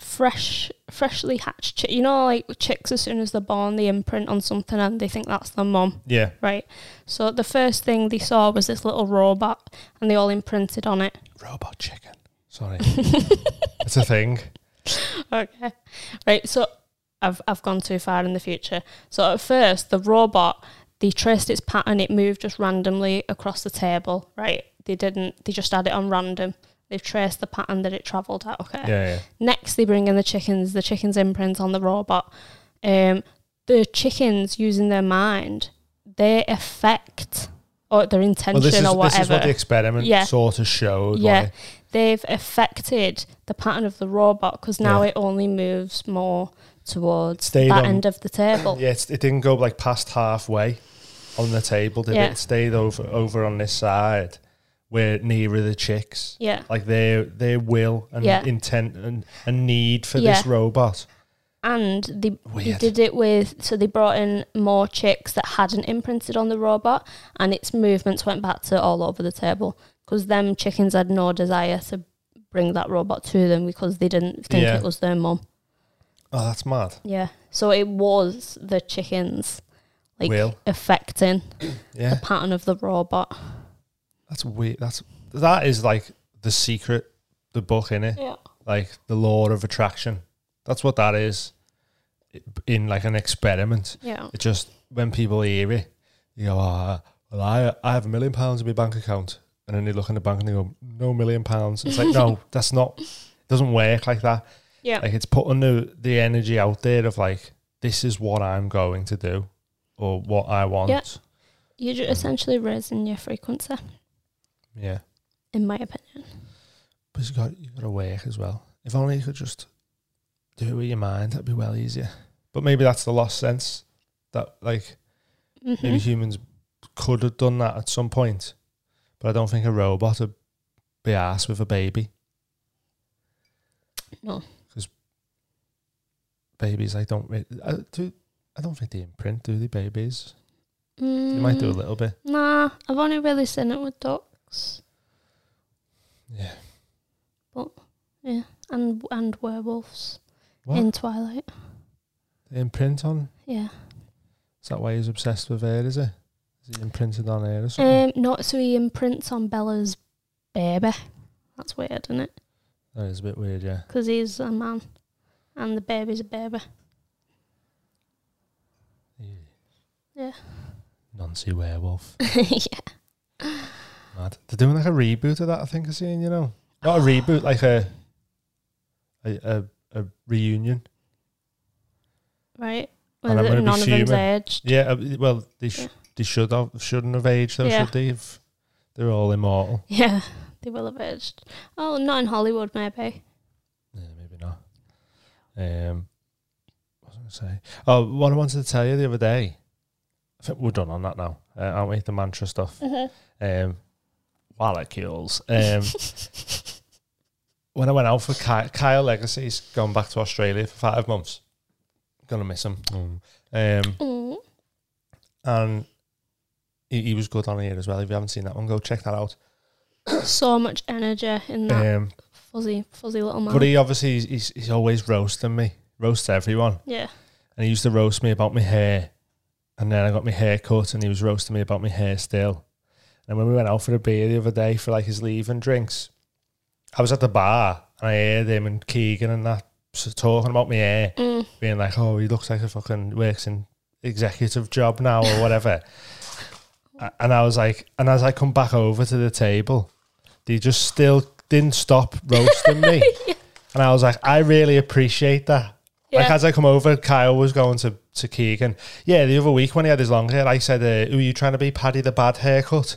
A: fresh, freshly hatched. Chi- you know, like with chicks, as soon as they're born, they imprint on something and they think that's their mum,
B: Yeah.
A: right? So the first thing they saw was this little robot, and they all imprinted on it.
B: Robot chicken.
A: <laughs>
B: Sorry. it's a thing.
A: Okay, right. So I've I've gone too far in the future. So at first, the robot they traced its pattern. It moved just randomly across the table, right? They didn't. They just had it on random. They've traced the pattern that it travelled at. Okay.
B: Yeah, yeah.
A: Next, they bring in the chickens, the chickens' imprint on the robot. Um, the chickens using their mind, they affect or their intention
B: Well, this is,
A: or
B: this
A: whatever.
B: is what the experiment
A: Yeah.
B: sort of showed.
A: Yeah.
B: like,
A: They've affected the pattern of the robot because now
B: Yeah.
A: it only moves more towards
B: Stayed
A: that
B: on-
A: end of the table.
B: Yeah, it's, it didn't go like past halfway on the table, did
A: Yeah.
B: it? It stayed over over on this side, where nearer the chicks.
A: Yeah.
B: Like their their will and
A: Yeah.
B: intent and, and need for this
A: Yeah.
B: robot.
A: And they, they
B: Weird.
A: did it with, so they brought in more chicks that hadn't imprinted on the robot and its movements went back to all over the table because them chickens had no desire to bring that robot to them because they didn't think
B: Yeah.
A: it was their mum.
B: Oh, that's mad.
A: Yeah. So it was the chickens like
B: Will.
A: affecting the
B: Yeah,
A: pattern of the robot.
B: that's weird. That's that is like the secret, the book in it,
A: Yeah.
B: like the law of attraction. That's what that is, i- in like an experiment.
A: Yeah.
B: It just when people hear it, you go, oh, well, I I have a million pounds in my bank account, and then they look in the bank and they go, no million pounds. It's like no, that's not. It doesn't work like that.
A: Yeah.
B: Like it's putting the the energy out there of like this is what I'm going to do, or what I want.
A: Yeah. You're ju- essentially raising your frequency,
B: Yeah.
A: in my opinion.
B: But you got you got to work as well. If only you could just do it with your mind, that'd be well easier. But maybe that's the lost sense that like
A: Mhm.
B: Maybe humans could have done that at some point, but I don't think a robot would be asked with a baby.
A: No.
B: because babies, I don't re- I, do. I don't think they imprint, do they? Babies, they might do a
A: Mm,
B: little bit.
A: Nah, I've only really seen it with ducks
B: Yeah.
A: and and werewolves
B: What?
A: in Twilight.
B: They imprint on.
A: Yeah.
B: Is that why he's obsessed with air? Is it? Is he imprinted on air or something?
A: Um, not so he imprints on Bella's baby. That's weird, isn't it?
B: That is a bit weird, yeah.
A: because he's a man and the baby's a baby. <laughs> Yeah.
B: Nancy Werewolf. <laughs>
A: yeah.
B: Mad. They're doing like a reboot of that, I think I've seen, you know. Not a reboot, like a a, a, a reunion.
A: Right.
B: And
A: Well,
B: I'm gonna
A: none
B: be
A: of them's
B: human.
A: aged.
B: Yeah, uh, well, they, sh-
A: Yeah.
B: they should have, shouldn't have aged, though,
A: Yeah.
B: should they? If they're all immortal.
A: Yeah, they will have aged. Oh, not in Hollywood, maybe.
B: Yeah, maybe not. Um, what was I going to say? Oh, what I wanted to tell you the other day. I think we're done on that now, uh, aren't we? The mantra stuff. Um, molecules. Um, when I went out for Kyle, Kyle Legacy's gone back to Australia for five months. Gonna miss him. Um,
A: <laughs> Mm.
B: and he, he was good on here as well. If you haven't seen that one, go check that out.
A: So much energy in that
B: Um,
A: fuzzy, fuzzy little man.
B: but he obviously he's, he's, he's always roasting me, roasts everyone.
A: yeah.
B: and he used to roast me about my hair. And then I got my hair cut, and he was roasting me about my hair still. And when we went out for a beer the other day for like his leave and drinks, I was at the bar and I heard him and Keegan and that s- talking about my hair,
A: Mm.
B: being like, "Oh, he looks like a fucking works in executive job now or whatever." A- and I was like, and as I come back over to the table, they just still didn't stop roasting me. And I was like, I really appreciate that. Like
A: Yeah.
B: as I come over, Kyle was going to to Keegan. Yeah, the other week when he had his long hair, I said, uh, "Who are you trying to be, Paddy the Bad
A: <laughs>
B: haircut?"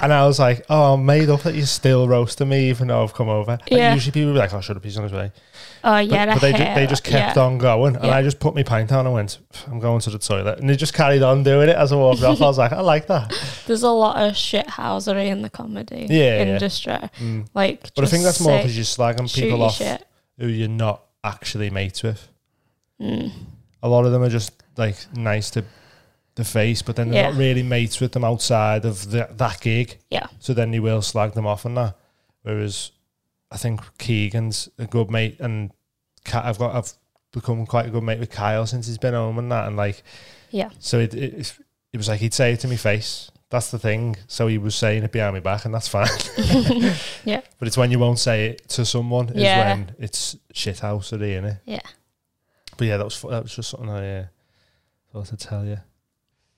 B: and I was like, "Oh, I'm made up that you're still roasting me, even though I've come over." Like,
A: Yeah.
B: usually people would be like, "Oh, shut up, he's on his way."
A: Oh,
B: But,
A: yeah.
B: but they, ju- they just kept on going, and
A: Yeah.
B: I just put my pint down and went, "I'm going to the toilet," and they just carried on doing it as I walked off. I was like, "I like that."
A: There's a lot of shithousery in the comedy
B: Yeah, yeah.
A: industry.
B: Mm.
A: Like,
B: But I think that's more because
A: you
B: you're slagging people off
A: Shit.
B: who you're not actually mates with.
A: Mm. <laughs>
B: a lot of them are just like nice to the face, but then they're
A: Yeah.
B: not really mates with them outside of the, that gig.
A: Yeah.
B: So then you will slag them off and that. Whereas I think Keegan's a good mate, and Ka- I've got I've become quite a good mate with Kyle since he's been home and that, and like
A: Yeah.
B: So it it, it's- it was like he'd say it to me face. That's the thing. So he was saying it behind my back, and that's <laughs> fine.
A: Yeah.
B: But it's when you won't say it to someone is
A: Yeah.
B: when it's shit house of isn't it?
A: Yeah.
B: But yeah, that was fu- that was just something I uh, thought I'd tell you.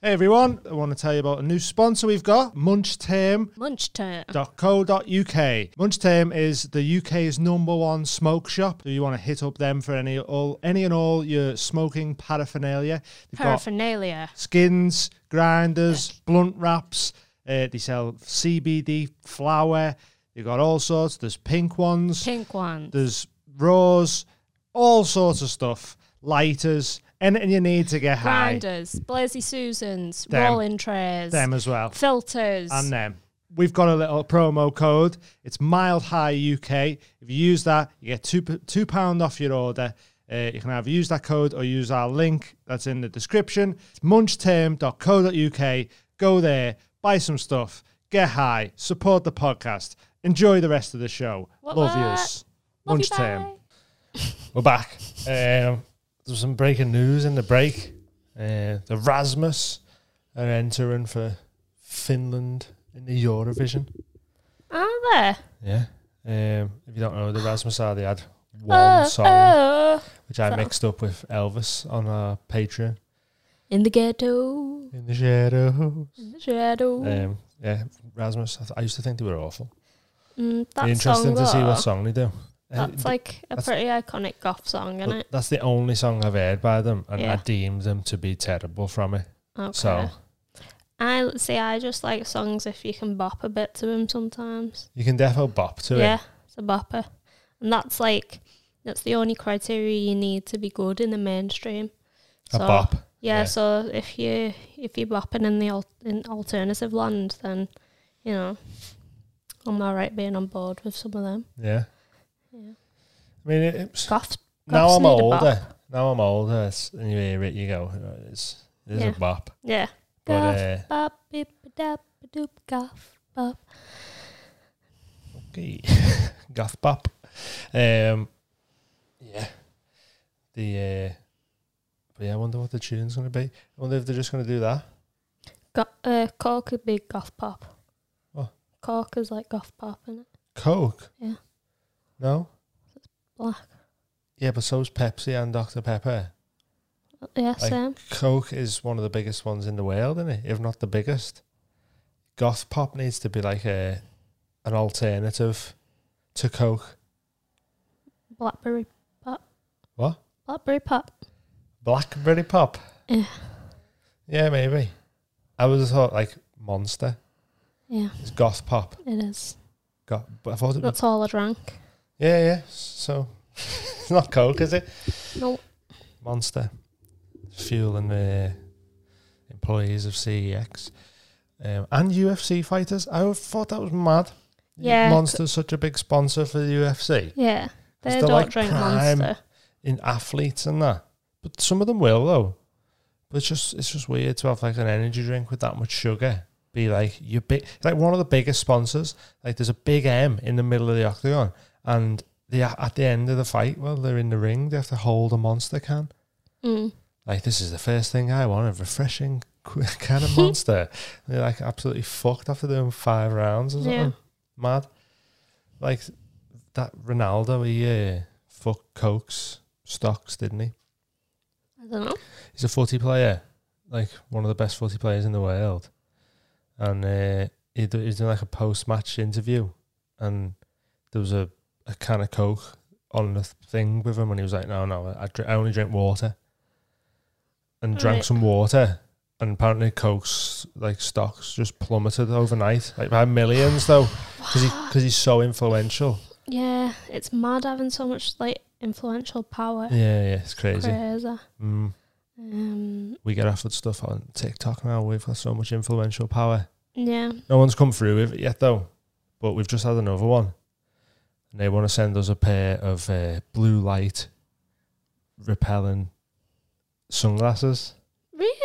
B: Hey everyone, I want to tell you about a new sponsor we've got, Munchterm.
D: Munch turn.
B: Co.uk. Munchtime is the UK's number one smoke shop. So you want to hit up them for any all any and all your smoking paraphernalia. They've got
D: Paraphernalia.
B: skins, grinders, blunt wraps. Uh, they sell CBD flower. They got all sorts. There's pink ones.
D: Pink one.
B: There's raws, all sorts of stuff. Lighters, anything you need to get high.
D: Grinders. Blazy Susans.
B: Them.
D: Rolling trays.
B: Them as well.
D: Filters.
B: and them. We've got a little promo code. It's Mild High UK. If you use that, you get two p- two pound off your order. Uh, you can either use that code or use our link that's in the description. It's munchterm.co.uk. Go there, buy some stuff, get high, support the podcast, enjoy the rest of the show.
D: What,
B: Love
D: what?
B: yous.
D: Love you, bye.
B: Munchterm. We're back. Um, there's some breaking news in the break. Uh, the Rasmus are entering for Finland in the Eurovision.
A: Are there?
B: Yeah. Um, if you don't know, the Rasmus are they had one
D: Uh,
A: Oh,
B: song
A: oh.
B: which I
A: so-
B: mixed up with Elvis on our Patreon
A: In the ghetto,
B: in the shadow.
A: in the shadow.
B: Um, yeah, Rasmus. I, th- I used to think they were awful.
A: mm, that
B: Be interesting
A: song,
B: to see
A: though,
B: what song they do. Uh,
A: That's
B: th-
A: like a
B: that's-
A: pretty iconic goth song,
B: but
A: isn't it?
B: that's the only song I've heard by them, and I
A: Yeah.
B: deemed them to be terrible from it.
A: Okay.
B: So
A: I see. I just like songs if you can bop a bit to them sometimes.
B: you can definitely bop to
A: yeah,
B: it.
A: it's a bopper, and that's like that's the only criteria you need to be good in the mainstream.
B: A bop.
A: Yeah,
B: yeah.
A: So if you if you're bopping in the al- in alternative land, then you know I'm all right being on board with some of them.
B: Yeah.
A: Yeah.
B: I mean, it, it's,
A: Goth.
B: now
A: goths
B: I'm
A: need a bop.
B: older. Now I'm older. It's, and you hear it, you go, "Oh, it's, it's
A: Yeah.
B: a bop.
A: Yeah.
B: But
A: Goth.
B: uh,
A: Bop. Bip. Dap. Doop. Goth. Bop.
B: Okay. <laughs> Goth pop. Um, yeah. The uh, but yeah, I wonder what the tune's gonna be. I wonder if they're just gonna do that.
A: Go- uh, Cork would be goth pop.
B: What?
A: Cork is like goth pop, isn't it?
B: Coke.
A: Yeah.
B: No.
A: black.
B: Yeah, but so's Pepsi and Dr Pepper.
A: Yeah,
B: Like-
A: same.
B: Coke is one of the biggest ones in the world, isn't it? If not the biggest. Goth pop needs to be like a an alternative to Coke.
A: Blackberry pop.
B: What?
A: Blackberry pop.
B: Blackberry pop.
A: Yeah.
B: Yeah, maybe. I would have thought like Monster
A: Yeah,
B: is goth pop.
A: it is.
B: Goth, but I thought it was,
A: That's all I drank.
B: yeah, yeah. So it's not Coke, is it?
A: No.
B: Monster fueling the employees of CEX um, and UFC fighters. I would- thought that was mad.
A: Yeah.
B: Monster's such a big sponsor for the UFC
A: Yeah. They
B: they're
A: don't
B: like
A: drink
B: prime.
A: Monster.
B: in athletes and that, but some of them will though. But it's just it's just weird to have like an energy drink with that much sugar. Be like you big like one of the biggest sponsors. Like there's a big M in the middle of the octagon, and they are- at the end of the fight, well, they're in the ring. They have to hold a monster can.
A: Mm.
B: Like this is the first thing I want, a refreshing qu- <laughs> can of monster. And they're like absolutely fucked after doing five rounds or something.
A: Yeah.
B: Mad. Like that Ronaldo, he uh, fucked Coke's stocks, didn't he?
A: I don't know.
B: He's a footy player, like one of the best footy players in the world. And uh, he, d- he was doing like a post match interview, and there was a, a can of Coke on the th- thing with him, and he was like, "No, no, I, dr- I only drink water," and drank
A: Right.
B: some water. And apparently, Coke's like stocks just plummeted overnight, like by millions though, because he, cause he's so influential.
A: Yeah, it's mad having so much like influential power.
B: Yeah, yeah, it's crazy.
A: Crazy.
B: Mm.
A: Um,
B: We get offered stuff on TikTok now. We've got so much influential power.
A: yeah.
B: No one's come through with it yet, though. But we've just had another one. And they want to send us a pair of uh, blue light repelling sunglasses.
A: Really?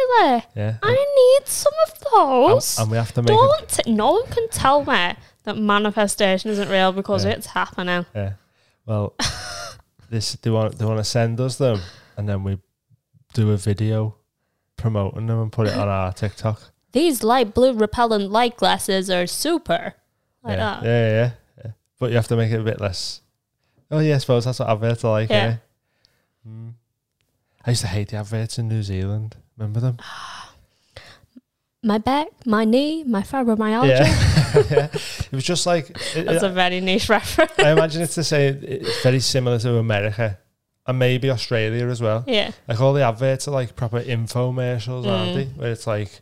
B: Yeah. And-
A: I need some of
B: and,
A: those.
B: and we have to make it.
A: Don't. t- no one can tell me that manifestation isn't real because
B: Yeah.
A: it's happening.
B: <laughs> Yeah. Well, this they want they want to send us them, and then we do a video promoting them and put it on our TikTok.
A: These light blue repellent light glasses are super. Like uh,
B: yeah.
A: that.
B: Yeah, yeah, yeah. But you have to make it a bit less. Oh yeah, I suppose that's what adverts are like. Yeah.
A: Yeah.
B: Mm. I used to hate the adverts in New Zealand. Remember them?
A: My back, my knee, my fibromyalgia.
B: Yeah, <laughs> yeah. It was just like it-
A: That's a
B: it-
A: very niche reference. <laughs>
B: I imagine it's the same. It's very similar to America and maybe Australia as well.
A: yeah.
B: Like all the adverts are like proper infomercials, aren't
A: Mm.
B: they? Where it's like,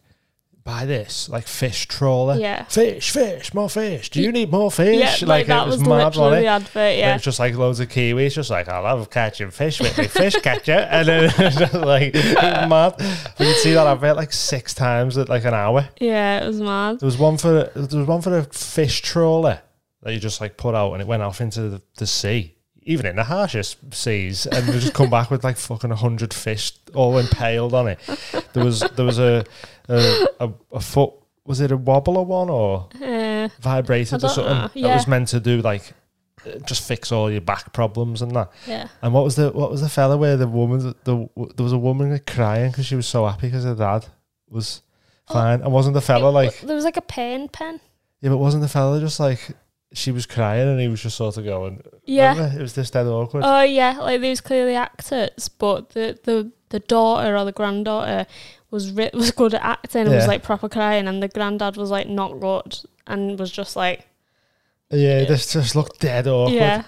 B: buy this, like fish trawler,
A: Yeah.
B: fish, fish, more fish. Do you need more fish?
A: Yeah, like, that was, literally the advert.
B: And
A: Yeah.
B: it's just like loads of Kiwis, just like, I love catching fish with me fish catcher. And then <laughs> it's just like, mad. We could see that advert like six times at like an hour.
A: Yeah, it was mad.
B: There was one for, there was one for a fish trawler that you just like put out and it went off into the, the sea, even in the harshest seas. And they just come back with like fucking a hundred fish all impaled on it. There was, there was a, a, a, a foot, was it a wobbler one or?
A: Uh,
B: vibrated
A: I
B: or
A: don't
B: something
A: know,
B: that
A: yeah.
B: was meant to do like uh, just fix all your back problems and that.
A: yeah.
B: And what was the what was the fella where the woman the there was a woman crying because she was so happy because her dad was fine and wasn't the fella
A: Oh. It-
B: like
A: there was like a pain pen.
B: yeah but wasn't the fella just like she was crying and he was just sort of going
A: Yeah.
B: remember? it was just dead awkward
A: Oh yeah, like these clearly actors, but the the the daughter or the granddaughter was ri- was good at acting and
B: Yeah.
A: was like proper crying, and the granddad was like not good and was just like
B: yeah this just looked dead awkward
A: yeah,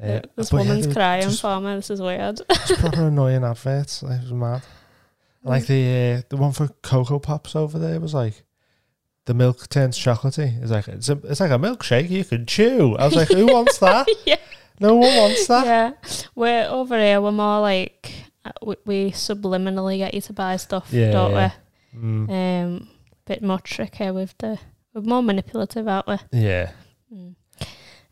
B: Yeah.
A: this
B: But yeah,
A: woman's
B: they were
A: crying
B: just
A: for me. This is er
B: <laughs>
A: weird.
B: It's proper annoying adverts. Like, it was mad. Like the uh, the one for Cocoa Pops over there was like, the milk turns chocolatey. It's like it's, a, it's like a milkshake you can chew. I was
A: <laughs>
B: like, who wants that?
A: Yeah.
B: No one wants that.
A: yeah, we're over here. We're more like uh, we, we subliminally get you to buy stuff,
B: Yeah,
A: don't
B: yeah.
A: we?
B: Mm,
A: Um, bit more tricky with the we're more manipulative, aren't we?
B: yeah.
A: Mm.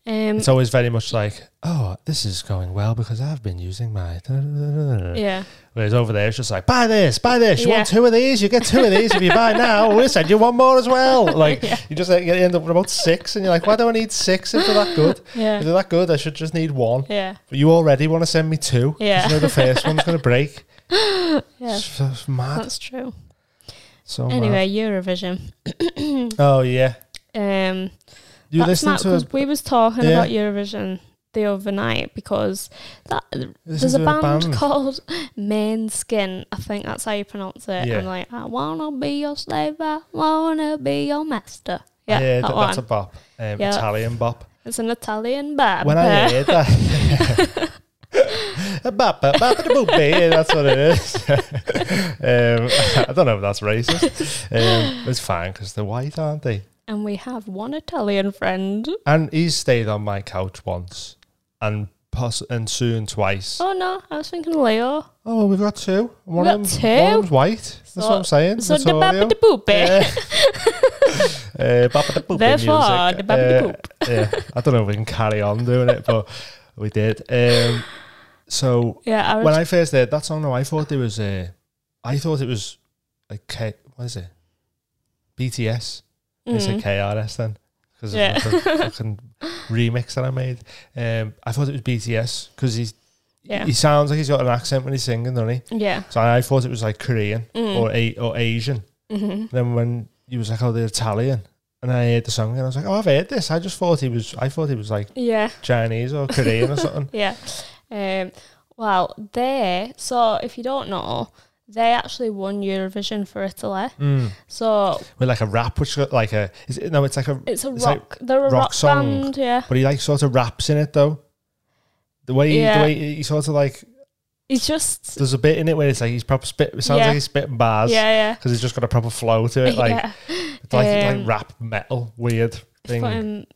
A: Um,
B: It's always very much like, oh, this is going well because I've been using my. da- da- da- da- da."
A: yeah.
B: Whereas over there, it's just like, buy this, buy this. You want
A: Yeah.
B: two of these, you get two of these. if you
A: <laughs>
B: buy now, we said you want more as well. Like you just like, you end up with about six, and you're like, why do I need six if they're that good? If
A: Yeah.
B: they're that good, I should just need one.
A: Yeah.
B: But you already want to send me two. 'cause
A: Yeah.
B: You know the first one's going
A: <laughs>
B: to break.
A: Yeah.
B: It's, uh, it's mad. Oh,
A: That's true.
B: So
A: anyway, Eurovision.
B: mad. Oh, yeah.
A: Um,
B: You
A: that's
B: listening
A: not
B: to a,
A: because we was talking
B: Yeah.
A: about Eurovision the other night because that
B: Listen
A: there's a
B: to
A: band, called <laughs> Main Skin. I think that's how you pronounce it.
B: Yeah.
A: I'm like, I wanna be your slave. I wanna be your master. Yeah,
B: Yeah,
A: that
B: th-
A: one.
B: that's a bop. Um,
A: Yeah.
B: Italian bop.
A: it's an Italian band.
B: When I uh, heard that. <laughs> A bop, bop, bop, da boop, eh, that's what it is. <laughs> um, I don't know if that's racist. Um, it's fine because they're white, aren't they?
A: and we have one Italian friend.
B: And he's stayed on my couch once, and poss- and soon twice.
A: Oh no, I was thinking Leo.
B: Oh, well, we've got two. One
A: got
B: of them's,
A: two?
B: One of them's white. That's
A: So-
B: what I'm saying.
A: So the
B: Vittorio.
A: the poop.
B: Yeah. uh, bop, da boop, the
A: Therefore,
B: music.
A: the bop, da
B: Uh,
A: boop.
B: yeah, I don't know if we can carry on doing it, but we did. Um, so
A: <laughs> Yeah, I was
B: when I first heard that song, no, I thought it was. Uh, I thought it was like K. What is it? BTS. It's a
A: Mm.
B: KRS then because
A: Yeah.
B: of the fucking remix that I made. Um, I thought it was BTS because he's.
A: Yeah.
B: He sounds like he's got an accent when he's singing, doesn't he?
A: Yeah.
B: So I thought it was like Korean
A: Mm.
B: or a- or Asian.
A: Mhm.
B: Then when he was like, "Oh, they're Italian," and I heard the song, and I was like, "Oh, I've heard this. I just thought he was. I thought he was like
A: Yeah.
B: Chinese or Korean
A: <laughs>
B: or something."
A: Yeah. Um, well, they, so if you don't know, they actually won Eurovision for Italy.
B: Mm.
A: So
B: With like a rap, which got like a is it, no, it's like a.
A: it's a
B: It's like
A: rock, they're a
B: rock
A: rock,
B: song.
A: band, yeah.
B: But he like sort of raps in it though. The way, he, the
A: Yeah.
B: way he he sort of like
A: It's just,
B: there's a bit in it where it's like he's proper spit. It sounds
A: Yeah.
B: like he's spitting bars because
A: yeah,
B: he's just got a proper flow
A: <laughs>
B: to
A: yeah.
B: it, like
A: yeah.
B: it's like,
A: Um,
B: like rap metal, weird thing.
A: Fucking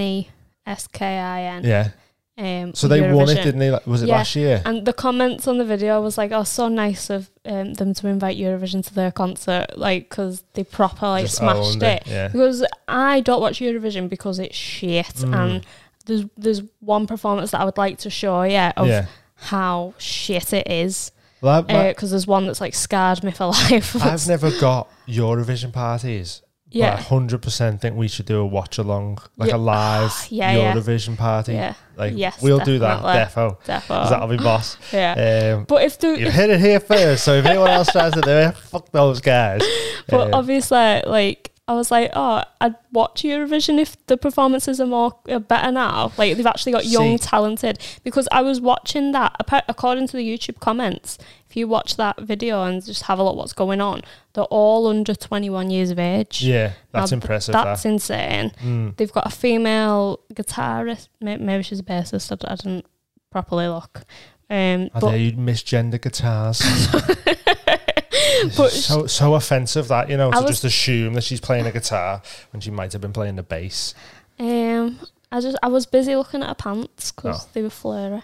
A: E M-A-N-E-S-K-I-N.
B: yeah.
A: Um,
B: So they won it,
A: Eurovision.
B: didn't they? Like, was it
A: Yeah.
B: last year?
A: And the comments on the video was like, "Oh, so nice of um, them to invite Eurovision to their concert, like, because they proper like
B: Just
A: smashed
B: owned
A: it."
B: it, yeah.
A: Because I don't watch Eurovision because it's shit,
B: Mm.
A: and there's there's one performance that I would like to show, yeah, of
B: yeah.
A: how shit it is,
B: Well, that- that-
A: because there's one that's like scarred me for <laughs> life.
B: I've never got Eurovision parties. Yeah,
A: Yeah.
B: I hundred percent think we should do a watch along, like
A: Yeah. Ah,
B: a live
A: Yeah, yeah.
B: Eurovision party.
A: yeah,
B: Like
A: Yes,
B: we'll do that, defo.
A: definitely.
B: Because that'll be boss.
A: <laughs> yeah.
B: Um,
A: but if the
B: you've heard it here first, so if anyone else tries to do it, <laughs> fuck those guys.
A: But
B: Uh,
A: obviously, like I was like, oh, I'd watch Eurovision if the performances are more are better now. Like they've actually got young,
B: See.
A: talented. Because I was watching that. appa- According to the YouTube comments, if you watch that video and just have a look what's going on, they're all under twenty one years of age.
B: yeah,
A: Now,
B: that's
A: th-
B: impressive.
A: That's
B: that.
A: insane.
B: Mm.
A: They've got a female guitarist. Maybe, maybe she's a bassist. I, d- I didn't properly look. Um,
B: How
A: but
B: dare you
A: <laughs>
B: misgender guitars?
A: But
B: so so offensive that you know
A: I
B: to
A: was-
B: just assume that she's playing a guitar when she might have been playing the bass.
A: Um, I just I was busy looking at her pants because
B: Oh.
A: they were flurry.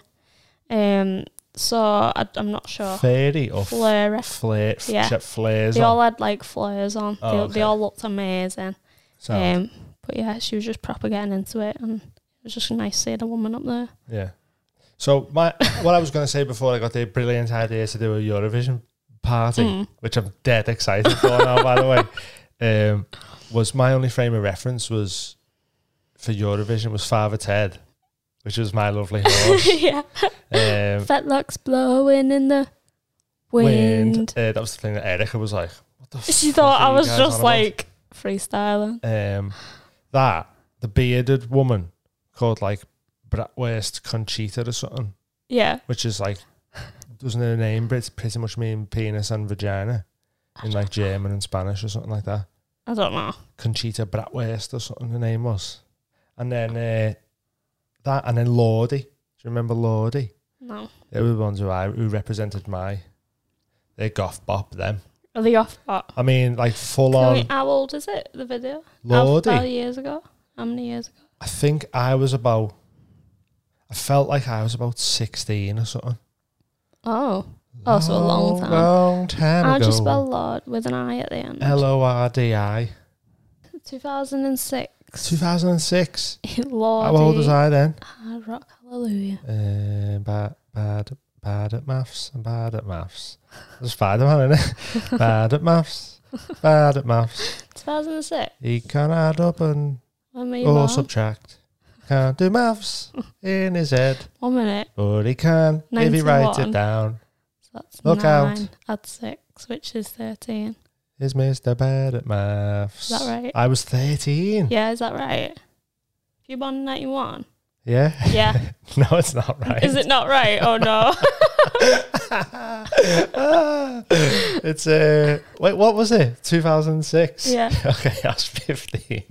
A: Um, so I, I'm not sure.
B: Fairy or f-
A: Flurry.
B: flare, f-
A: Yeah.
B: shit, flares.
A: They
B: on.
A: all had like flares on.
B: Oh,
A: they,
B: okay. Oh.
A: they all looked amazing.
B: So,
A: Um, but yeah, she was just proper getting into it, and it was just nice seeing a woman up there.
B: Yeah. So my what I was going to say before I got the brilliant idea to do a Eurovision party,
A: Mm. <laughs>
B: which I'm dead excited for now, by the
A: <laughs>
B: way, um, was my only frame of reference was for Eurovision was Father Ted, which was my lovely horse.
A: <laughs> yeah,
B: um,
A: fetlocks blowing in the wind.
B: wind. Uh, that was the thing that Erica was like, "What the?"
A: She
B: fuck
A: thought
B: are
A: I
B: you
A: was
B: guys
A: just
B: on about?"
A: like freestyling.
B: um, that the bearded woman called like Bratwurst Conchita or something.
A: Yeah,
B: which is like doesn't her name but it's pretty much mean penis and vagina in like German and Spanish or something like that.
A: I don't know.
B: Conchita Bratwurst or something the name was, and then uh, that and then Lordy. Do you remember Lordy?
A: No,
B: They were the ones who I who represented my. They goth bop them.
A: are they off? What?
B: I mean, like full
A: Tell me,
B: on
A: How old is it? The video. How- How
B: Lordy.
A: years ago? How many years ago?
B: I think I was about. I felt like I was about sixteen or something.
A: Oh. Oh, so a long time.
B: Long time
A: How
B: ago.
A: do you spell Lord with an I at the end?
B: L O R D I.
A: 2006. <laughs>
B: 2006.
A: Lord.
B: How old was I then?
A: Hard Rock Hallelujah.
B: Uh, bad, bad, bad at maths. I'm bad at maths. There's Spider Man
A: <laughs>
B: in it. bad at maths. Bad at maths.
A: 2006.
B: He can add up and
A: When were you
B: or
A: born?
B: subtract. Can't do maths in his head,
A: One minute.
B: but he can if he writes it
A: 91.
B: down.
A: So that's
B: Look out.
A: nine. Add six, which is 13.
B: Is Mr. Bad at maths?
A: Is that right?
B: I was 13. <laughs>
A: Yeah, is that right? If you're born in 91.
B: Yeah.
A: Yeah.
B: <laughs> No, it's not right.
A: Is it not right? Oh no. <laughs>
B: Oh. <laughs> it's uh wait, what was it? 2006.
A: Yeah.
B: <laughs> okay, I was 15.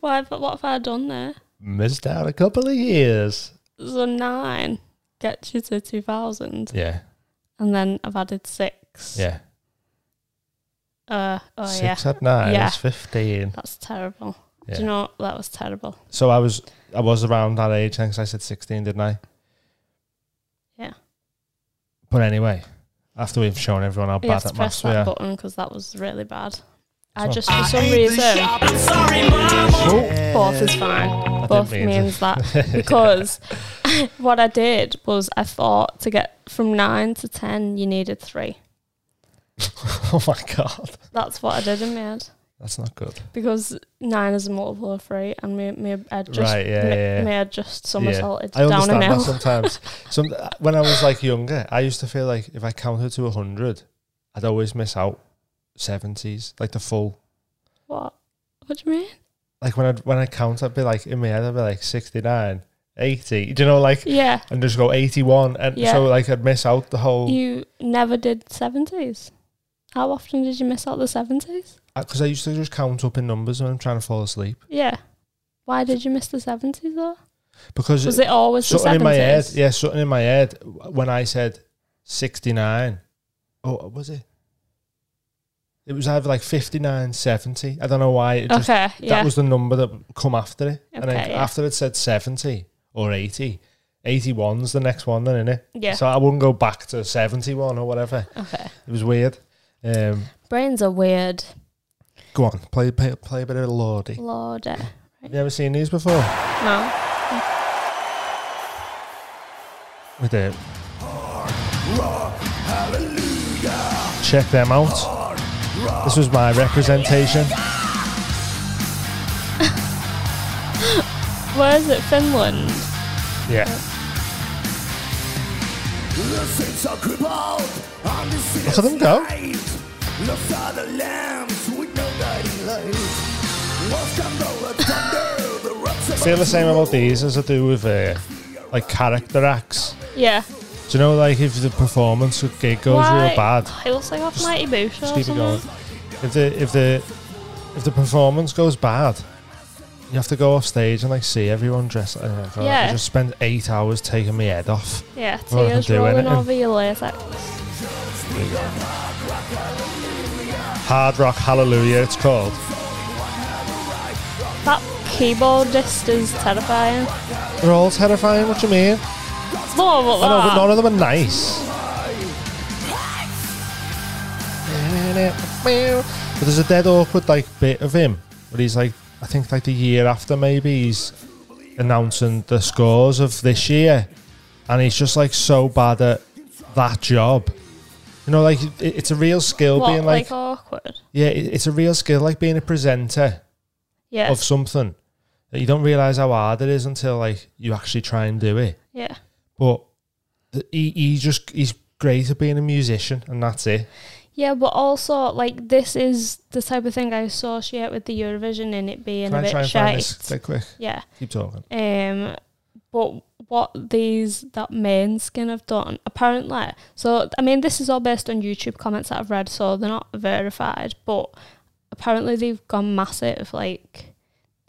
A: Why? But what have I done there?
B: Missed out a couple of years.
A: So nine gets you to two thousand,
B: Yeah.
A: and then I've added six.
B: Yeah.
A: Uh, oh
B: Six
A: yeah.
B: at nine.
A: Yeah.
B: It's 15.
A: That's terrible.
B: Yeah.
A: Do you know what? that was terrible?
B: So I was I was around that age then 'cause I said 16, didn't I?
A: Yeah.
B: But anyway, after we've shown everyone how
A: You have to
B: bad at
A: press
B: maths
A: that
B: we
A: button 'cause
B: are.
A: button because that was really bad. I
B: Well-
A: just for some reason both is fine.
B: I
A: both
B: didn't mean to.
A: means
B: <laughs>
A: that because <laughs> what I did was I thought to get from nine to ten you needed three.
B: <laughs> oh my god.
A: That's what I did in my head
B: That's not good.
A: because nine is a multiple of three, and me me I just
B: Right, yeah,
A: me,
B: yeah, yeah.
A: me I just somersaulted
B: I
A: down a
B: understand that
A: hill. <laughs>
B: sometimes. Some when I was like younger, I used to feel like if I counted to hundred, I'd always miss out seventies, like the full.
A: What? What do you mean?
B: Like when I when I count, I'd be like in my head, I'd be like 69, 80. Do you know like
A: Yeah,
B: and just go eighty one, and
A: Yeah.
B: so like I'd miss out the whole
A: you never did seventies. How often did you miss out the seventies?
B: because I used to just count up in numbers when I'm trying to fall asleep
A: Yeah. Why did you miss the seventies though?
B: because
A: Was it always the
B: something in my head,
A: seventies?
B: yeah, something in my head when I said 69. Oh, was it? It was either like 59, 70. I don't know why. It just,
A: Okay, yeah.
B: That was the number that come after it. and then
A: Okay, yeah.
B: after it said 70 or 80, 81's the next one then, innit?
A: yeah.
B: So I wouldn't go back to 71 or whatever.
A: Okay.
B: It was weird. Um,
A: Brains are weird.
B: go on, play, play, play a bit of Lordy.
A: Lord. eh.
B: Have you ever seen these before?
A: No.
B: We do. Check them out. This was my representation.
A: Where is it? Finland.
B: Yeah. Look at them go. Feel the same about these as I do with uh, like character acts.
A: Yeah.
B: Do you know, like if the performance of gig goes real bad,
A: It looks like off Mighty Boosh
B: just
A: or
B: keep it
A: something.
B: going. If the if the if the performance goes bad, you have to go off stage and like see everyone dressed. Oh my God, I
A: Yeah.
B: just spend eight hours taking my head off.
A: Yeah,
B: Well, I
A: tears
B: can do
A: rolling
B: anything.
A: over your latex.
B: Hard rock hallelujah, it's called.
A: That keyboardist is terrifying.
B: They're all terrifying. What do you mean?
A: It's more of
B: I know, Oh, but
A: that.
B: none of them are nice. But there's a dead awkward like bit of him, but he's like, I think like the year after maybe he's announcing the scores of this year, and he's just like so bad at that job. You know, like it, it's a real skill
A: What,
B: being
A: like,
B: like,
A: awkward.
B: yeah, it, it's a real skill like being a presenter
A: Yeah.
B: of something that you don't realize how hard it is until like you actually try and do it.
A: yeah.
B: But the, he, he just he's great at being a musician, and that's it.
A: Yeah, but also like this is the type of thing I associate with the Eurovision and it being
B: Can
A: a
B: I
A: bit
B: try and find
A: shite.
B: this dead quick?
A: Yeah.
B: Keep talking.
A: Um, but what these that main skin have done apparently. So I mean, this is all based on YouTube comments that I've read, so they're not verified. But apparently, they've gone massive like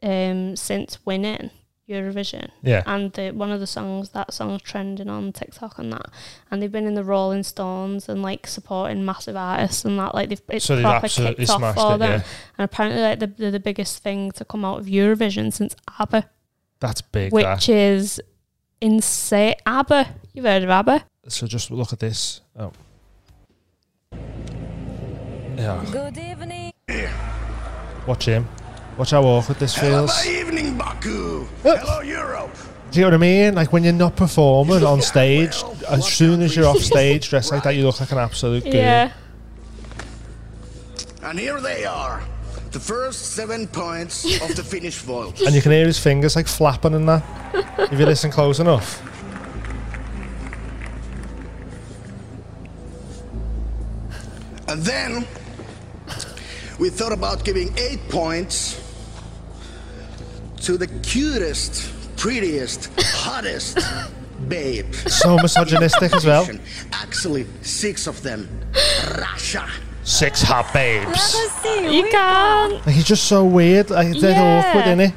A: um since winning Eurovision.
B: Yeah,
A: And the, one of the songs, that song's trending on TikTok and that, and they've been in the Rolling Stones and like supporting massive artists and that, like they've it's
B: So they've
A: proper
B: absolutely
A: kicked off
B: smashed
A: for
B: it,
A: them.
B: yeah.
A: And apparently, like the, they're the biggest thing to come out of Eurovision since ABBA
B: that's big.
A: which
B: that.
A: is insane. ABBA, you've heard of ABBA?
B: So just look at this. Oh. Yeah,
E: Good evening.
B: watch him. Watch how awkward this
C: Hello,
B: feels.
C: my evening, Baku.
B: Oops.
C: Hello, Europe.
B: Do you know what I mean? Like when you're not performing on stage, as soon as you're off stage dressed like that, you look like an absolute goon.
A: Yeah,
C: And here they are, the first seven points of the Finnish vault.
B: And you can hear his fingers like flapping and that. if you listen close enough.
C: And then we thought about giving eight points to the cutest prettiest, hottest babe.
B: So misogynistic as well.
C: Actually, six of them. Russia.
B: Six hot babes.
A: You can't.
B: Like he's just so weird. Like it's dead
A: Yeah.
B: awkward, isn't it?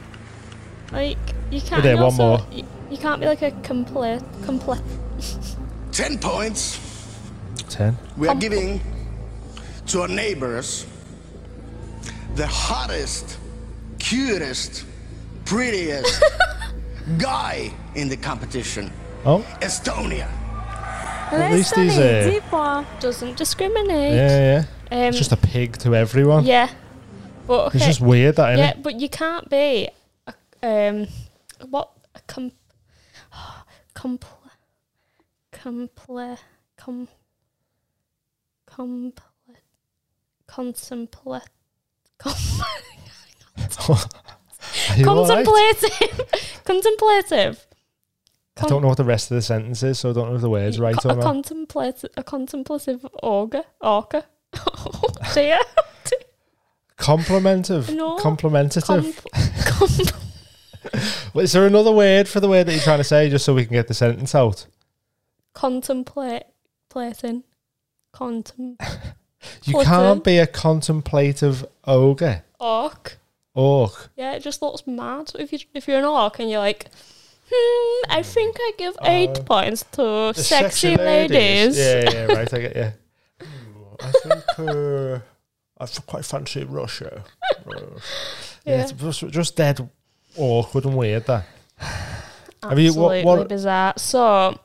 A: Like, you can't.
B: there,
A: and
B: one
A: also,
B: more.
A: You, you can't be like a compla compla
C: Ten points
B: Ten.
C: we are giving to our neighbors the hottest, cutest,
B: <laughs>
C: prettiest guy in the competition.
B: Oh,
C: Estonia.
B: at least he's uh,
A: Doesn't discriminate.
B: yeah, yeah.
A: Um,
B: It's just a pig to everyone.
A: yeah. But okay.
B: It's just weird, that isn't
A: yeah,
B: it?
A: but you can't be a, um what a com <sighs> compl compl com compl contemplate com,
B: Are you all right?
A: contemplative <laughs> contemplative
B: I don't know what the rest of the sentence is, so I don't know if the words right
A: Co-
B: or
A: a
B: not.
A: contemplative a contemplative orga orca oh <laughs>
B: <laughs>
A: dear
B: Complimentative.
A: No.
B: Complimentative.
A: Compl- compl- <laughs>
B: Well, is there another word for the word that you're trying to say, just so we can get the sentence out?
A: contemplate plating contem
B: You
A: Potter.
B: can't be a contemplative ogre.
A: orc
B: Orc.
A: Yeah, it just looks mad if you if you're an orc and you're like, hmm, I think I give eight
B: Oh.
A: points to sexy, ladies.
B: Yeah, yeah, right. I get
A: <laughs>
B: you. I think uh, I f- quite fancy Russia. Uh, yeah,
A: Yeah.
B: it's just, just dead awkward and weird. That Have
A: Absolutely
B: you- what- what-
A: bizarre. So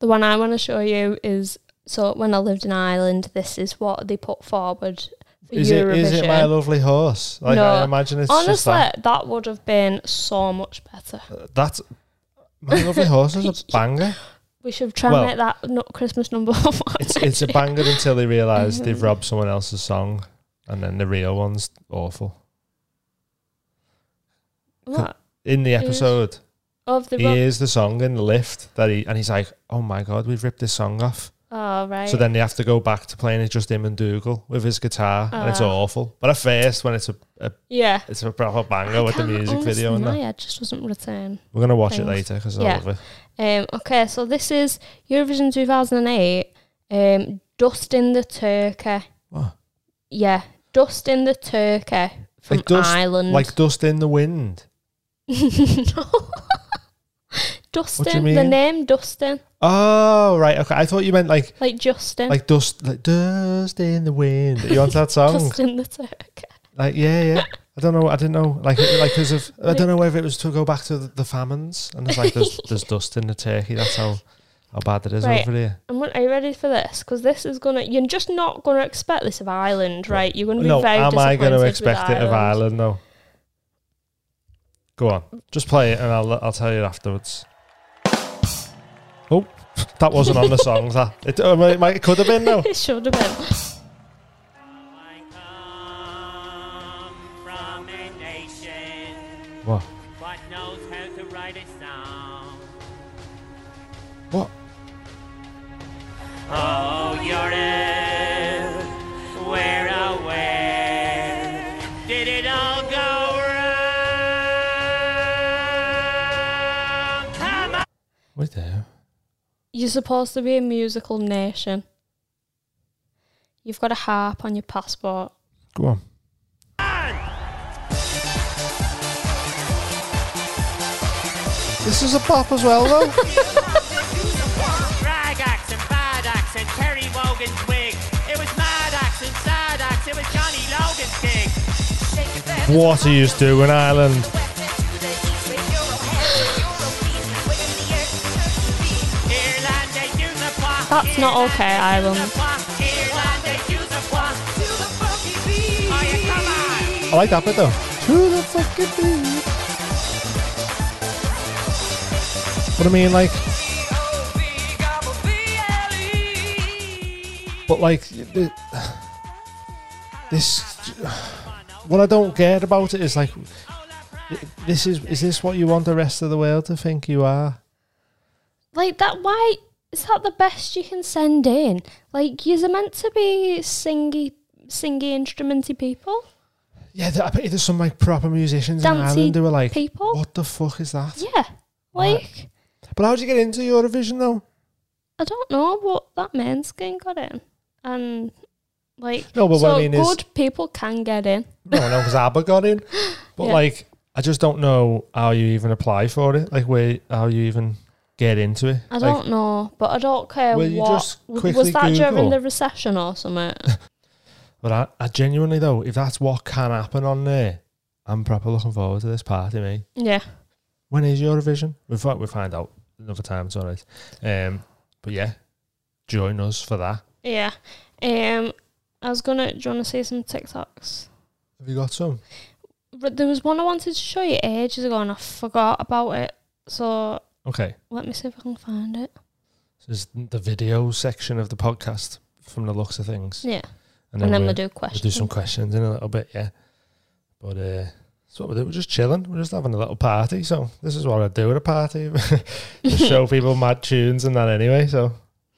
A: the one I want to show you is so when I lived in Ireland, this is what they put forward for
B: is it.
A: Eurovision.
B: Is it my lovely horse? Like I
A: No.
B: imagine it's
A: Honestly,
B: just that.
A: that. would have been so much better.
B: That's my lovely horse is
A: <laughs>
B: a banger.
A: We should try
B: Well-
A: and make that not Christmas number <laughs> one.
B: It's it's a banger until they realise they've robbed someone else's song, and then the real one's awful.
A: What?
B: In the episode,
A: Of the
B: he
A: rock.
B: hears the song in the lift that he and he's like, "Oh my god, we've ripped this song off."
A: Oh right.
B: So then they have to go back to playing it just him and Dougal with his guitar, and
A: Ah.
B: it's awful. But at first, when it's a, a
A: yeah.
B: it's a proper banger with the
A: Can't
B: music video and
A: honestly,
B: that,
A: My head just doesn't return.
B: we're gonna watch it
A: things.
B: later because I
A: Yeah.
B: love it.
A: Um, okay, so this is Eurovision 2008. Um, Dust in the Turkey.
B: What?
A: Yeah, Dust in the Turkey from
B: Like dust,
A: Ireland.
B: like dust in the wind.
A: <laughs> no.
B: What do you
A: Dustin, the
B: mean?
A: name Dustin,
B: Oh right, okay. I thought you meant like
A: like Justin.
B: like dust, like dust in the wind. You
A: <laughs>
B: want that song?
A: Dust in the Turkey.
B: Like yeah, yeah. I don't know. I didn't know. Like, like because of I don't know whether it was to go back to the, the famines and it's like there's, there's dust in the turkey. That's how how bad it is
A: Right.
B: over here.
A: And what, are you ready for this? Because this is gonna, you're just not gonna expect this of Ireland, right? You're gonna be
B: No,
A: very
B: am I
A: disappointed
B: going to
A: with
B: expect it of Ireland though? Go on, just play it and I'll I'll tell you afterwards. Oh, that wasn't on the song. That it, oh, it, might- it could have
A: <laughs>
B: been
A: <laughs>
B: though.
A: It should have been.
E: I come from a nation
B: What?
E: what knows how to write a song.
B: What?
E: Oh, Europe, where, oh, where did it all go wrong? Come on!
B: Wait there.
A: You're supposed to be a musical nation. You've got a harp on your passport.
B: Go on. This is a pop as well though.
E: Ragox and Bardox and Terry Wogan's wig. It was Maddox and Sardox, it was Johnny Logan's
B: <laughs>
E: gig.
B: what are you doing, Ireland?
E: Ireland, they use a pop.
A: That's not
E: Ireland,
A: okay,
E: they use
A: Ireland.
E: a pop. Ireland, they use a pop. Oh, yeah, come on.
B: I like that bit though. Who the fuck it be? But I mean, like, but like, the- this. What I don't get about it is like, this is is this what you want the rest of the world to think you are?
A: Like that? Why is that the best you can send in? Like you're meant to be singy, singy, instrumenty people.
B: Yeah, there- I bet you there's some like proper musicians in
A: Dancey
B: Ireland who are like,
A: people.
B: what the fuck is that?
A: Yeah, like
B: But how did you get into Eurovision though?
A: I don't know, but that men's game got in, and like
B: No, but
A: so
B: what I mean is-
A: good people can get in.
B: No, no, because ABBA got in. But
A: Yeah.
B: like, I just don't know how you even apply for it. Like, where how you even get into it.
A: I
B: Like,
A: don't know, but I don't care
B: Will you
A: what
B: just
A: w-
B: quickly
A: was that
B: Google?
A: during the recession or something. <laughs>
B: But I, I genuinely though, if that's what can happen on there, I'm proper looking forward to this party, mate.
A: yeah,
B: When is Eurovision? We find we find out another time. It's all right. Um, but yeah, join us for that.
A: yeah. Um, I was gonna. Do you want to see some TikToks?
B: Have you got some?
A: But there was one I wanted to show you ages ago, and I forgot about it. So
B: Okay,
A: let me see if I can find it.
B: so it's the video section of the podcast from the looks of things,
A: Yeah, and then
B: we'll-
A: we'll do
B: We'll
A: questions.
B: do some questions in a little bit, yeah. But uh, that's what we do. We're just chilling. We're just having a little party. So this is what I do at a party: <laughs> Just show people mad tunes and that. Anyway, so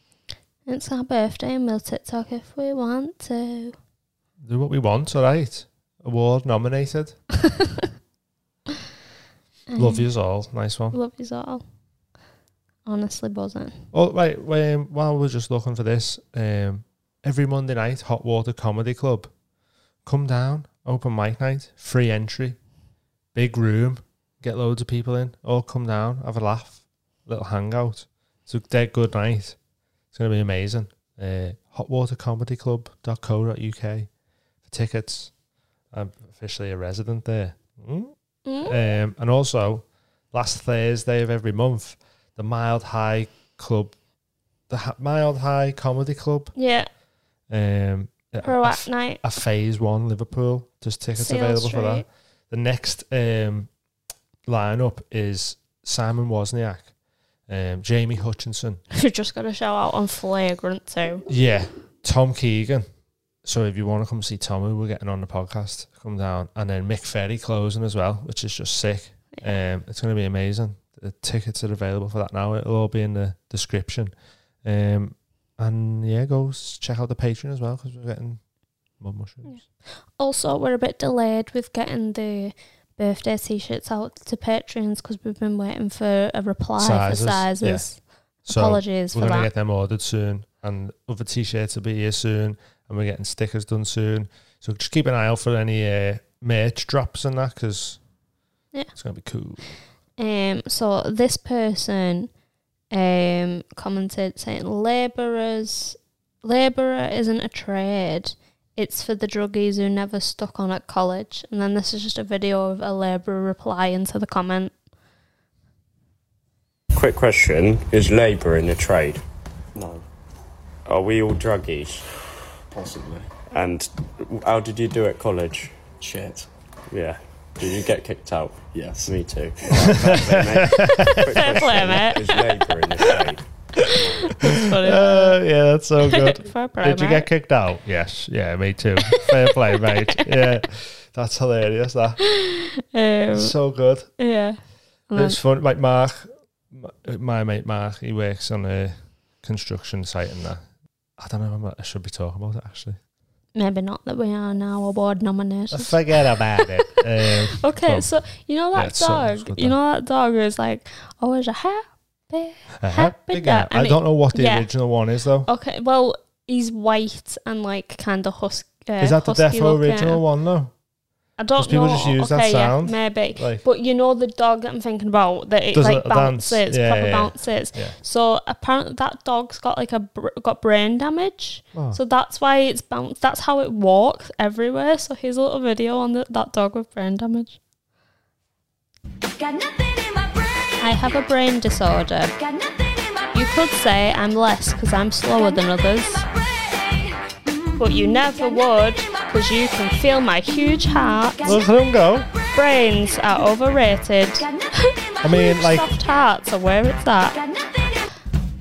A: <laughs> It's our birthday, and we'll TikTok if we want to.
B: do what we want. All right. Award nominated. <laughs>
A: Mm-hmm.
B: Love yous all. Nice one.
A: <laughs> Love yous all. Honestly buzzing.
B: Oh right. wait, Um, while we're just looking for this, um, every Monday night, Hot Water Comedy Club. Come down, open mic night, free entry, big room, get loads of people in. All come down, have a laugh, little hangout. It's a dead good night. It's gonna be amazing. Uh, hotwatercomedyclub.co.uk for tickets. I'm officially a resident there. Mm. Um, and also, last Thursday of every month, the Mild High Club, the ha- Mild High Comedy Club,
A: Yeah,
B: um, a-
A: pro
B: a,
A: act
B: f-
A: night. <laughs>
B: a Phase One Liverpool. Just tickets
A: Seal
B: available for that.
A: Street.
B: The next um, lineup is Simon Wozniak, um, Jamie Hutchinson,
A: We've just got to shout out on flagrant too.
B: yeah, Tom Keegan. So if you want to come see Tommy, we're getting on the podcast. Come down, and then Mick Ferry closing as well, which is just sick. Um, it's going to be amazing. The tickets are available for that now. It'll all be in the description. Um, and yeah, go s- check out the Patreon as well because we're getting mud mushrooms.
A: Also, we're a bit delayed with getting the birthday t-shirts out to patrons because we've been waiting for a reply
B: Sizes,
A: for
B: yeah.
A: sizes.
B: So
A: Apologies
B: we're
A: for
B: gonna
A: that.
B: get them ordered soon, and other t-shirts will be here soon, and we're getting stickers done soon. So just keep an eye out for any uh, merch drops and that because
A: Yeah.
B: it's going to be cool.
A: Um, so this person um commented saying labourers labourer isn't a trade. It's for the druggies who never stuck on at college. And then this is just a video of a labourer replying to the
B: <laughs>
A: comment.
F: Quick question Is labour in the trade?
G: No,
F: Are we all druggies?
G: possibly.
F: And how did you do at college?
G: Shit.
F: Yeah. Did you get kicked out?
G: Yes. <laughs>
F: Me too. Alright, fair play, mate.
A: play,
F: Quick
A: mate.
F: question, Is labour in the trade?
B: Uh, yeah,
A: <laughs>
B: that's so good.
A: Fair play,
B: Did you
A: mate.
B: get kicked out? Yes. Yeah, me too. Fair
A: <laughs>
B: play, mate. Yeah, that's hilarious. That
A: Um,
B: so good.
A: yeah.
B: It's fun. Like Mark, m- my mate Mark, he works on a construction site and that. I don't know. I'm- I should be talking about it actually.
A: Maybe not that we are now award nominated.
B: Forget about
A: <laughs>
B: it. Um,
A: Okay,
B: Well,
A: so you know
B: yeah,
A: that
B: it's something that's
A: dog.
B: good
A: You
B: though.
A: know that dog who's like always a happy.
B: a happy
A: Happy
B: guy.
A: guy. I
B: uh-huh. I don't
A: mean,
B: know what the
A: yeah. Uh,
B: original one is though.
A: Okay, well he's white and like kind of husky. Uh,
B: is that the
A: husky
B: Defo
A: looking.
B: original one though?
A: I don't
B: 'Cause people
A: know.
B: just use that
A: okay,
B: sound,
A: Yeah, maybe.
B: like-
A: but you know the dog that I'm thinking about that it
B: Does a
A: like
B: little dance.
A: bounces,
B: Yeah,
A: proper
B: yeah, yeah.
A: bounces.
B: Yeah.
A: So apparently that dog's got like a br- got brain damage.
B: Oh.
A: So that's why it's bounce. That's how it walks everywhere. So here's a little video on the, that dog with brain damage.
H: Got nothing in my brain.
A: I have a brain disorder.
H: Got nothing in my
A: You could say I'm less because I'm slower than others, but you never would because you can feel my huge heart.
B: Look at him go.
A: Brains are overrated.
H: I
B: I mean, like
A: Soft hearts are where it's at.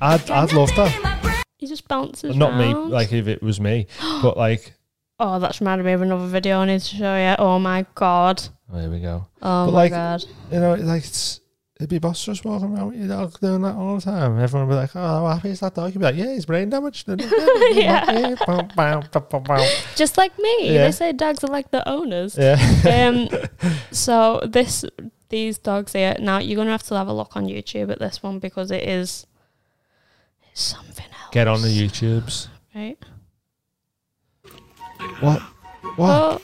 B: I'd I'd love that.
A: He just bounces.
B: Not me.
A: round.
B: Like if it was me, but like.
A: Oh, that's reminded me of another video I need to show you. Oh my god.
B: There we go.
A: Oh my
B: But like-
A: god.
B: you know, like it's it'd be boss just walking around with your dog doing that all the time. Everyone would be like, oh, how happy is that dog? You'd be like, yeah, he's brain damaged. <laughs> yeah.
A: Just like me.
B: Yeah.
A: They say dogs are like the owners.
B: yeah. <laughs>
A: um, so this these dogs here. Now you're gonna have to have a look on YouTube at this one because it is it's something else.
B: Get on the YouTubes.
A: right.
B: What? What?
A: Oh,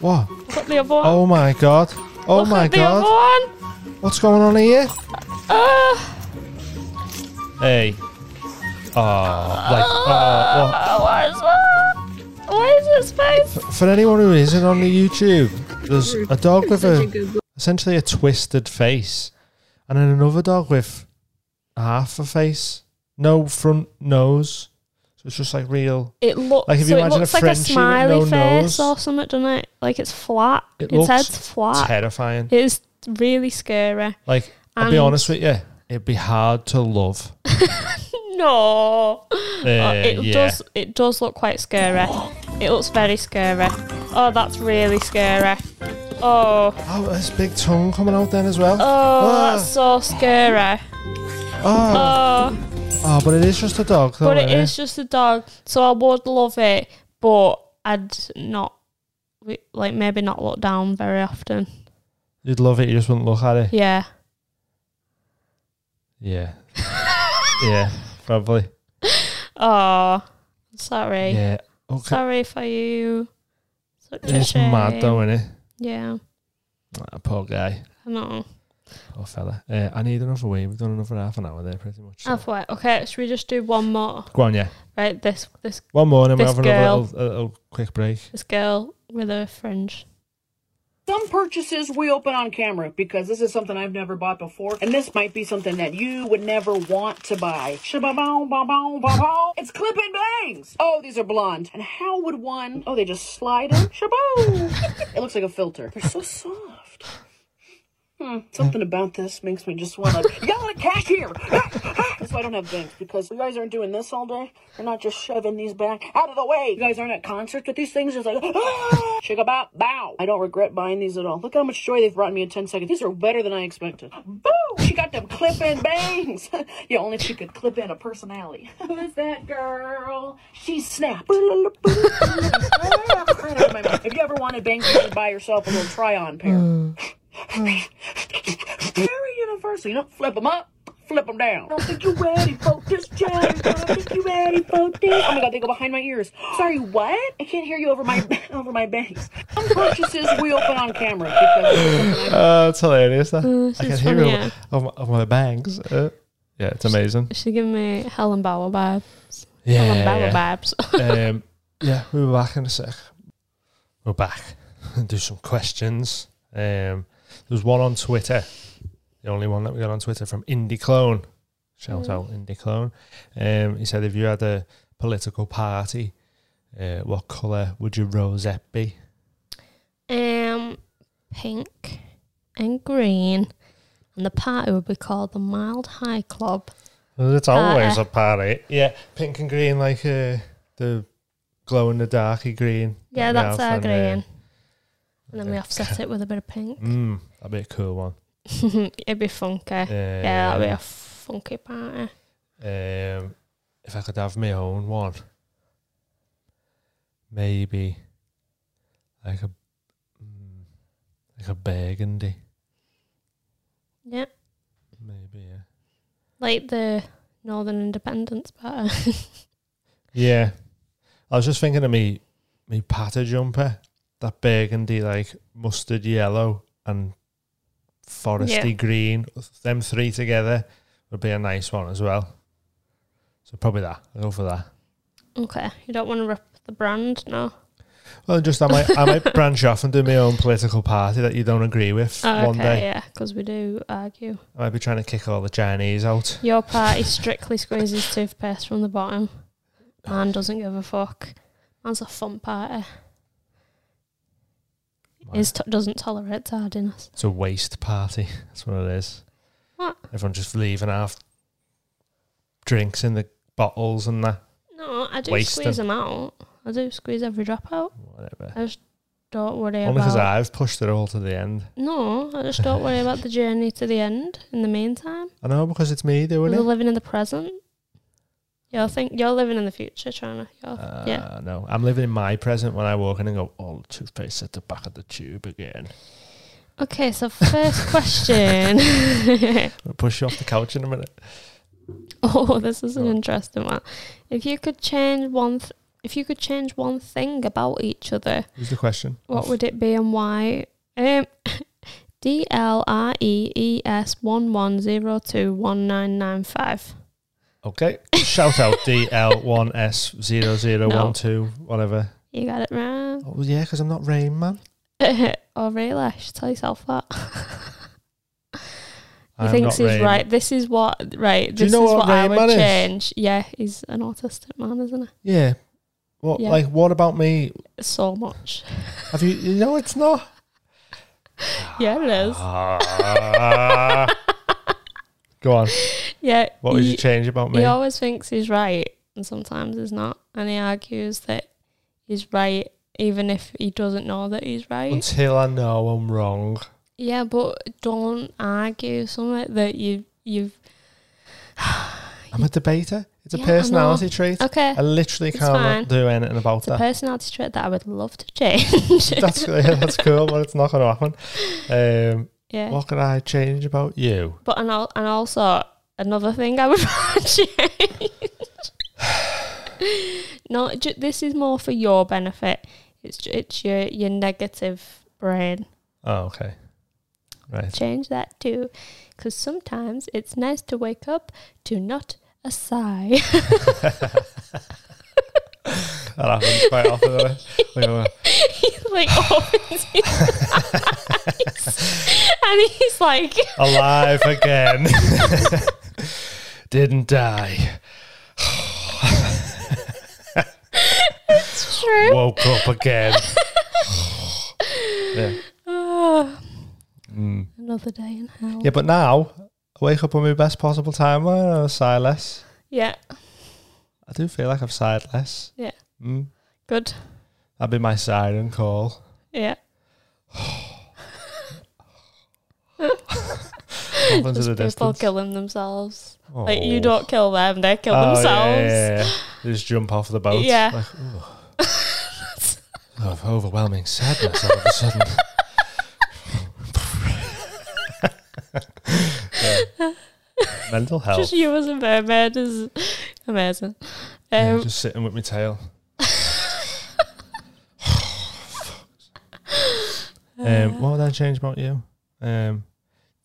B: What?
A: look at the other one.
B: Oh my god. Oh
A: look
B: my
A: at the
B: god. Uh,
A: other one.
B: What's going on here?
A: Oh,
B: Hey. Oh, like, oh, what?
A: what is that? What is this face?
B: For anyone who isn't on the YouTube, there's a dog with a essentially a twisted face, and then another dog with half a face, no front nose. So it's just like real.
A: It looks
B: Like, if you
A: so it
B: imagine a
A: looks like a
B: Frenchie with
A: smiley
B: no
A: face
B: nose.
A: or something, doesn't it? Like it's flat.
B: It
A: its
B: looks
A: head's flat.
B: Terrifying.
A: it is really scary.
B: Like I'll be
A: And-
B: honest with you, it'd be hard
A: <coughs>
B: to love.
A: No.
B: Uh,
A: Oh, it
B: yeah.
A: does. It does look quite scary. It looks very scary. Oh, that's really scary. Oh,
B: Oh, this big tongue coming out then as well.
A: oh,
B: Ah,
A: that's so scary.
B: oh,
A: Oh,
B: oh, but it is just a dog. Though,
A: but it
B: innit?
A: is just a dog, so I would love it, but I'd not we- like maybe not look down very often.
B: You'd love it. You just wouldn't look at it.
A: Yeah.
B: Yeah.
A: <laughs>
B: yeah. Probably.
A: Oh, sorry.
B: Yeah. Okay.
A: Sorry for you. Such a
B: It's
A: shame.
B: mad though, isn't it?
A: Yeah.
B: poor guy,
A: I know.
B: poor fella. Uh, I need another wee. We've done another half an hour there, pretty much. So.
A: Halfway. Oh, Okay, should we just do one more?
B: Go on, yeah.
A: Right, this this
B: One more, and then we'll
A: This
B: have another
A: girl.
B: little, a little quick break.
A: this girl with a fringe.
I: Some purchases we open on camera because this is something I've never bought before, and this might be something that you would never want to buy. Shababong, babong, babong. It's clip and bangs. Oh, these are blonde. And how would one? Oh, they just slide in. Shaboom! <laughs> it looks like a filter. They're so soft. Hmm, something about this makes me just <laughs> want to yell at cashier. <laughs> That's why I don't have bangs because you guys aren't doing this all day. You're not just shoving these back out of the way. You guys aren't at concerts with these things. It's like <gasps> shake about bow. I don't regret buying these at all. Look how much joy they've brought me in ten seconds. These are better than I expected. Boo! She got them clip-in bangs. <laughs> yeah, only if she could clip in a personality. <laughs> Who's that girl? She snapped. <laughs> if you ever wanted bangs, you should buy yourself a little try-on pair. Very universal. You know, flip them up, flip them down. I don't think you're ready for this, Jerry. I don't think you're ready for this. Oh my god, they go behind my ears. Sorry, what? I can't hear you over my <laughs> over my bangs. Some purchases we open on camera
B: <laughs>
I: because
B: Uh, it's hilarious. That. I can
A: she's
B: hear
A: funny,
B: all
A: yeah.
B: of my, of my bangs. Uh, yeah,
A: <laughs>
B: it's amazing.
A: She giving me Helen Bauer vibes. Helen Bauer
B: Yeah.
A: vibes.
B: <laughs> Yeah. um, yeah, we'll be back in a sec. We're back. <laughs> Do some questions. Um, there's one on Twitter. The only one that we got on Twitter from Indie Clone. Shout
A: Hmm.
B: out Indie Clone. Um, he said, if you had a political party, uh, what colour would your rosette be?
A: <laughs> um, pink and green, and the party would be called the Mild High Club.
B: It's
A: always
B: always a party. Yeah, pink and green, like uh, the glow in the darky green.
A: Yeah,
B: that we
A: that's
B: have,
A: our green.
B: and, uh,
A: And then we offset it with a bit of pink.
B: Mm, that'd be a cool one. Mm.
A: It'd be funky. <laughs> yeah, that'd be
B: Um,
A: a funky party.
B: Um, if I could have my own one, maybe like a mm, like a burgundy,
A: Yeah,
B: maybe yeah.
A: like the Northern Independence party. <laughs>
B: Yeah, I was just thinking of me me patter jumper, that burgundy like mustard yellow and foresty green. Them three together would be a nice one as well. So probably that. I'll go for that.
A: okay, you don't want to rip the brand, no?
B: Well, just I might
A: <laughs>
B: I might branch off and do my own political party that you don't agree with
A: Oh,
B: one
A: okay,
B: day.
A: yeah, because we do argue.
B: I might be trying to kick all the Chinese out.
A: Your party strictly squeezes toothpaste from the bottom. Man doesn't give a fuck. Man's a fun party. Is to- doesn't tolerate tardiness.
B: It's a waste party. <laughs> That's what it is.
A: What?
B: Everyone just leaving half drinks in the bottles and that.
A: No, I do
B: Waste
A: squeeze
B: 'em.
A: them out. I do squeeze every drop out.
B: Whatever.
A: I just don't worry
B: Only because
A: about.
B: I've pushed it all to the end.
A: No, I just don't worry about the journey to the end. In the meantime,
B: I know because it's me doing
A: we're
B: it.
A: living in the present. You're think you're living in the future, China. You're,
B: Uh,
A: yeah,
B: No, I'm living in my present when I walk in and go, oh, the toothpaste at the back of the tube again.
A: Okay, so
B: <laughs>
A: first question.
B: I'll push you off the couch in a minute.
A: oh, this is an
B: Go on.
A: interesting one. If you could change one, th- if you could change one thing about each other,
B: Who's the question?
A: what would it be and why? Um, <laughs> D L R E E S one one zero two one nine nine five.
B: <laughs> Okay. Shout out DL1S0012, whatever.
A: You got it right.
B: Oh, yeah, because I'm not Rain Man.
A: <laughs> oh, really? I should tell yourself that. He
B: I'm
A: thinks
B: not
A: he's
B: Rain Man.
A: right. This is what right.
B: Do you
A: This
B: know
A: is
B: what
A: what, I
B: Rain
A: would
B: Man is?
A: change. Yeah, he's an autistic man, isn't
B: Yeah. What,
A: Yeah.
B: Like, what about me?
A: he? So much.
B: Have you, you know, it's
A: <laughs>
B: not.
A: yeah, it is.
B: Ah. go on.
A: Yeah.
B: What would
A: he-
B: you change about me?
A: He always thinks he's right, and sometimes he's not. And he argues that he's right, even if he doesn't know that he's right.
B: Until I know I'm wrong.
A: yeah, but don't argue something that you you've.
B: I'm a debater. It's a
A: Yeah, I know.
B: personality trait.
A: Okay.
B: I literally
A: It's fine.
B: can't do anything about
A: It's a
B: that.
A: personality trait that I would love to change.
B: <laughs> that's yeah, that's cool, but it's not going to happen. Um,
A: <laughs> yeah.
B: what could I change about you?
A: But and al- and also another thing I would <laughs> change. <sighs> no, ju- this is more for your benefit. It's ju- it's your your negative brain.
B: Oh, okay, right.
A: Change that too, because sometimes it's nice to wake up to not a sigh. <laughs>
B: That
A: <laughs>
B: happens quite often. doesn't it? We were-
A: like <laughs> opens his eyes, and he's like,
B: alive again. <laughs> Didn't die.
A: "It's true."
B: Woke up again.
A: <laughs>
B: yeah.
A: Ah,
B: Mm.
A: Another day in hell.
B: yeah, but now I wake up on my best possible time and I sigh less.
A: Yeah.
B: I do feel like I've sighed less.
A: Yeah.
B: Mm.
A: Good.
B: That'd be my siren call.
A: Yeah.
B: Off into
A: Just
B: the
A: people
B: distance.
A: killing themselves. Like you
B: Oh.
A: don't kill them, they kill
B: Oh, yeah,
A: themselves.
B: yeah, yeah. They just jump off the boat.
A: Yeah.
B: Like, oh. of overwhelming sadness all of a sudden.
A: <laughs>
B: Yeah. Mental health.
A: Just you as a mermaid is amazing.
B: Yeah,
A: Um,
B: just sitting with my tail. um, what would I change about you? Um,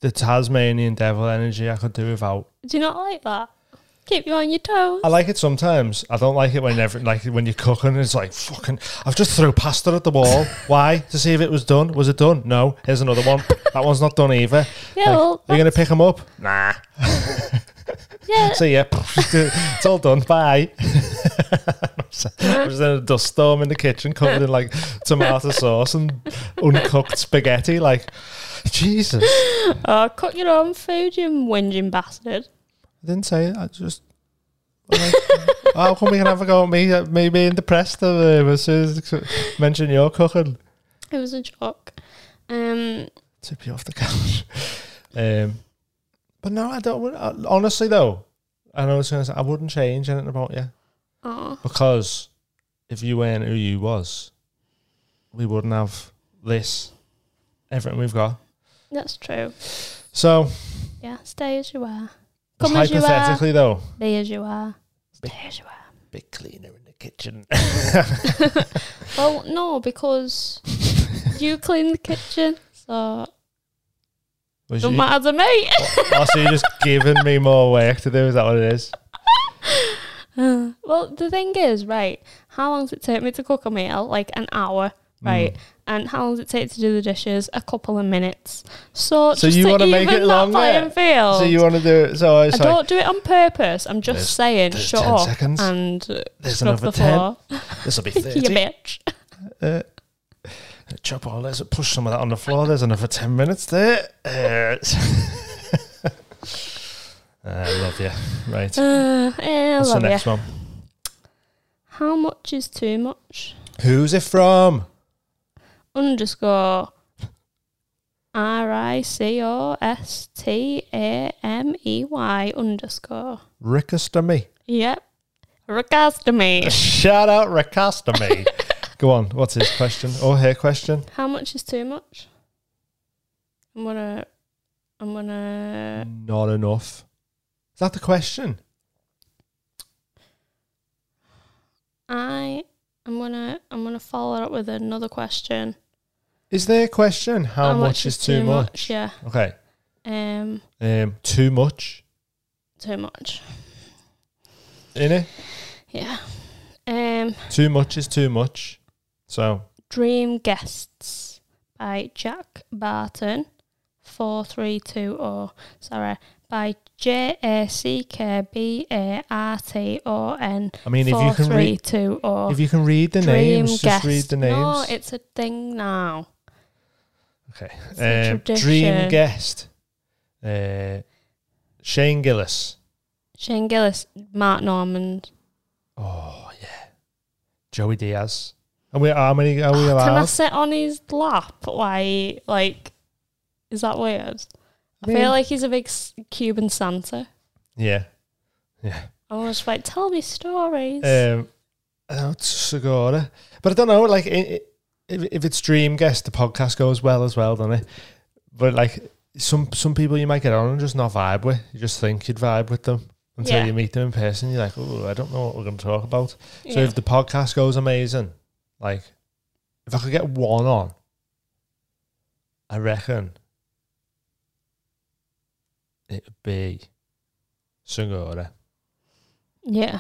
B: the Tasmanian devil energy I could do without.
A: do you not like that? Keep you on your toes.
B: I like it sometimes. I don't like it when every, like when you're cooking. It's like fucking. I've just threw pasta at
A: <laughs>
B: the wall. Why? To see if it was done. Was it done? No. Here's another one. that one's not done either.
A: Yeah,
B: Like,
A: well,
B: are you gonna pick them up? <laughs> Nah.
A: Yeah.
B: See ya. <laughs> it's all done. Bye. I was in a dust storm in the kitchen, covered in like
A: <laughs>
B: tomato sauce and uncooked spaghetti. Like Jesus.
A: Oh, cook your own food, you whinging bastard.
B: I didn't say it. I just. Like, <laughs> how come we can have a go at me, at me being depressed uh, as soon as I mention your cooking?
A: It was a joke. Um,
B: Tip you off the couch. <laughs> Um, but no, I don't. would- I- Honestly, though, I know it's going to say I wouldn't change anything about you
A: oh,
B: because if you weren't who you was, we wouldn't have this, everything we've got.
A: that's true.
B: So
A: Yeah, stay as you are. Come as you are.
B: hypothetically, though,
A: Be as you are. Stay as you are.
B: bit cleaner in the kitchen.
A: <laughs> Well, no, because you clean the kitchen, so
B: <laughs> Was
A: don't
B: you-
A: matter to me.
B: Also, Oh,
A: <laughs>
B: you're just giving me more work to do. Is that what it is?
A: Well, the thing is, right? How long does it take me to cook a meal? Like an hour,
B: Mm.
A: right? And how long does it take to do the dishes? A couple of minutes. So,
B: So
A: just
B: you
A: to
B: want to make
A: even
B: it
A: that
B: longer?
A: playing field.
B: So you want to do it? So it's
A: I
B: like
A: don't do it on purpose. I'm just
B: There's-
A: saying,
B: there's
A: shut
B: 10
A: up
B: seconds.
A: and uh,
B: There's
A: scrub
B: another
A: the
B: 10.
A: floor.
B: this will be
A: <laughs> you
B: thirty.
A: bitch. <laughs>
B: Chop all this. Push some of that on the floor. There's another ten minutes there. Uh, <laughs> I love you. Right.
A: Uh, eh, I
B: What's the
A: love ya.
B: next one?
A: How much is too much?
B: Who's it from?
A: underscore R I C O S T A M E Y underscore.
B: Ricostomy.
A: Yep. Ricostomy.
B: Shout
A: <laughs>
B: out Ricostomy. Go on. What's his question or her question?
A: How much is too much? I'm gonna. I'm gonna.
B: Not enough. Is that the question?
A: I. I'm gonna. I'm gonna follow it up with another question.
B: Is there a question? How, much, is too, much?
A: Yeah.
B: Okay.
A: Um.
B: Um, too much
A: Too much.
B: in it.
A: Yeah. Um.
B: Too much is too much. So
A: Dream Guests by Jack Barton, 4320. oh. Sorry, by J A C K B A R T O N.
B: I mean, if you can read-
A: oh.
B: if you can read the names, just read the names.
A: No, it's a thing now.
B: Okay.
A: a
B: Um,
A: tradition.
B: dream guest. Uh, Shane Gillis.
A: Shane Gillis, Mark Norman.
B: Joey Diaz. Are we, how many are we
A: Can I
B: allowed?
A: sit on his lap? Why, like, is that weird? I
B: Yeah.
A: feel like he's a big s- Cuban Santa.
B: Yeah. Yeah.
A: I'm just like, tell me stories.
B: Um, oh, Segura. But I don't know, like, i i if, if it's Dream Guest, the podcast goes well as well, doesn't it? But, like, some some people you might get on and just not vibe with. You just think you'd vibe with them until
A: Yeah.
B: you meet them in person. You're like, oh, I don't know what we're going to talk about. So
A: Yeah.
B: if the podcast goes amazing, like, if I could get one on, I reckon it would be Segura,
A: yeah,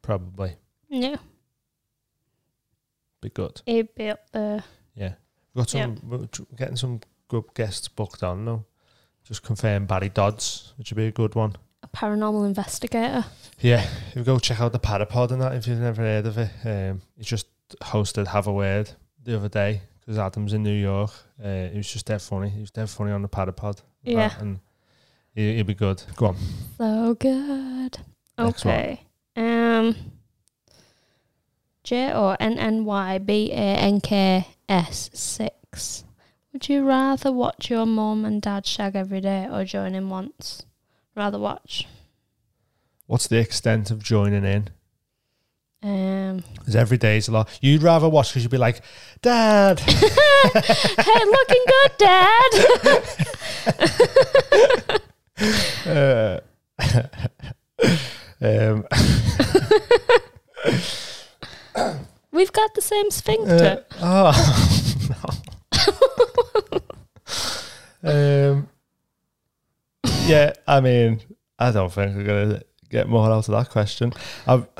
B: probably.
A: yeah.
B: Be good.
A: It'd be up there.
B: Yeah. We've got some,
A: Yeah.
B: we're tr- getting some good guests booked on now. Just confirm Barry Dodds, which would be a good one.
A: A paranormal investigator.
B: Yeah. If you go check out the Parapod and that, if you've never heard of it, um, he just hosted Have a Word the other day because Adam's in New York. Uh, he was just dead funny. He was dead funny on the Parapod. and
A: Yeah.
B: that, and he, he'd be good. Go on.
A: So good.
B: Next one.
A: Okay. Um. J O N N Y B A N K S six. Would you rather watch your mum and dad shag every day or join in once? Rather watch.
B: What's the extent of joining in?
A: Um.
B: Because every day's a lot. You'd rather watch because you'd be like, Dad,
A: hey, looking good, Dad. <laughs>
B: Uh, um,
A: We've got the same
B: Eh, Uh,
A: sphincter.
B: ah.
A: <laughs>
B: <laughs> oh no. um, yeah, I mean, I don't think we're gonna get more out of that question. I've <sighs>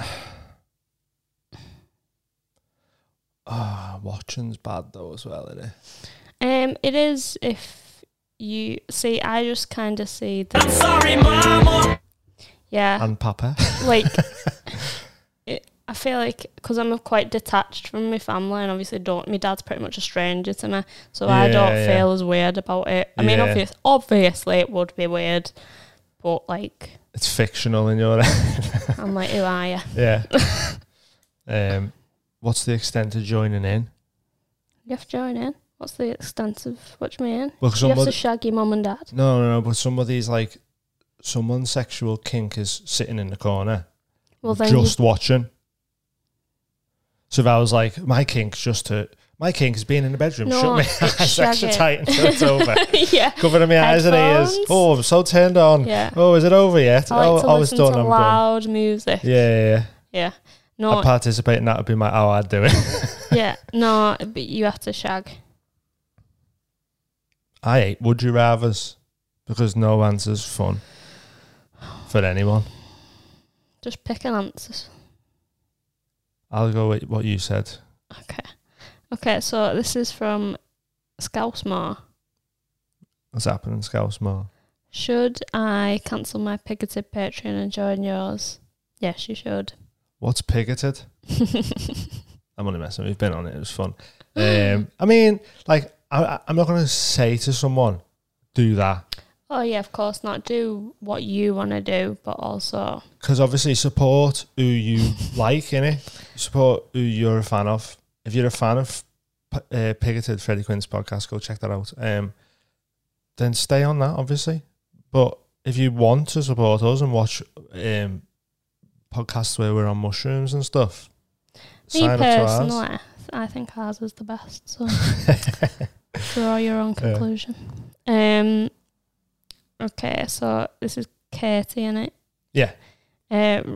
B: Ah, watching's bad though as well, isn't it?
A: um. It is if you see. I just kind of see the.
E: Sorry, mama.
A: Yeah.
B: And Papa.
A: like
B: <laughs>
A: it, I feel like because I'm quite detached from my family and obviously don't my dad's pretty much a stranger to me so I
B: Yeah,
A: don't
B: yeah.
A: feel as weird about it I mean
B: Yeah.
A: obvious, obviously it would be weird but like
B: it's fictional in your
A: <laughs> I'm like who are you
B: yeah. Um, what's the extent of joining in?
A: you have to join in what's the extent of what do you mean you
B: Well,
A: have to
B: somebody-
A: shag your mum and dad
B: No, no, no. But somebody's like, someone's sexual kink is sitting in the corner,
A: well then
B: just watching. So if I was like, my kink's just to, my kink is being in the bedroom,
A: No,
B: shut
A: it's
B: my <laughs> eyes
A: shag
B: extra
A: it.
B: tight until
A: <laughs>
B: it's over.
A: you yeah
B: Covering my eyes and ears.
A: Headphones.
B: Oh, I'm so turned on.
A: Yeah.
B: Oh, is it over yet?
A: I like
B: oh,
A: to
B: oh, it's
A: listen
B: done.
A: to
B: I'm done.
A: loud music
B: Yeah, yeah, yeah.
A: yeah
B: I
A: no
B: participate in that would be my how I'd do it. <laughs>
A: yeah no but you have to shag
B: I hate would you rather's because no answer's fun for anyone.
A: just pick an answer
B: I'll go with what you said.
A: Okay. Okay, so this is from Scousmore.
B: What's happening, Scousmore?
A: Should I cancel my picketed Patreon and join yours? Yes, you should.
B: What's bigoted? I'm only messing. We've been on it. It was fun. Um, I mean, like, I- I, I'm not going to say to someone, do that.
A: oh, yeah, of course not. Do what you want to do, but also,
B: Because obviously, support who you like, innit? Support who you're a fan of. If you're a fan of P- uh, Picketed Freddie Quinn's podcast. Go check that out. Um, then stay on that, obviously. But if you want to support us and watch um, podcasts where we're on mushrooms and stuff,
A: Me personally, I think ours is the best. So draw your own conclusion. Um. Okay, so this is Katie in it.
B: Yeah.
A: Uh,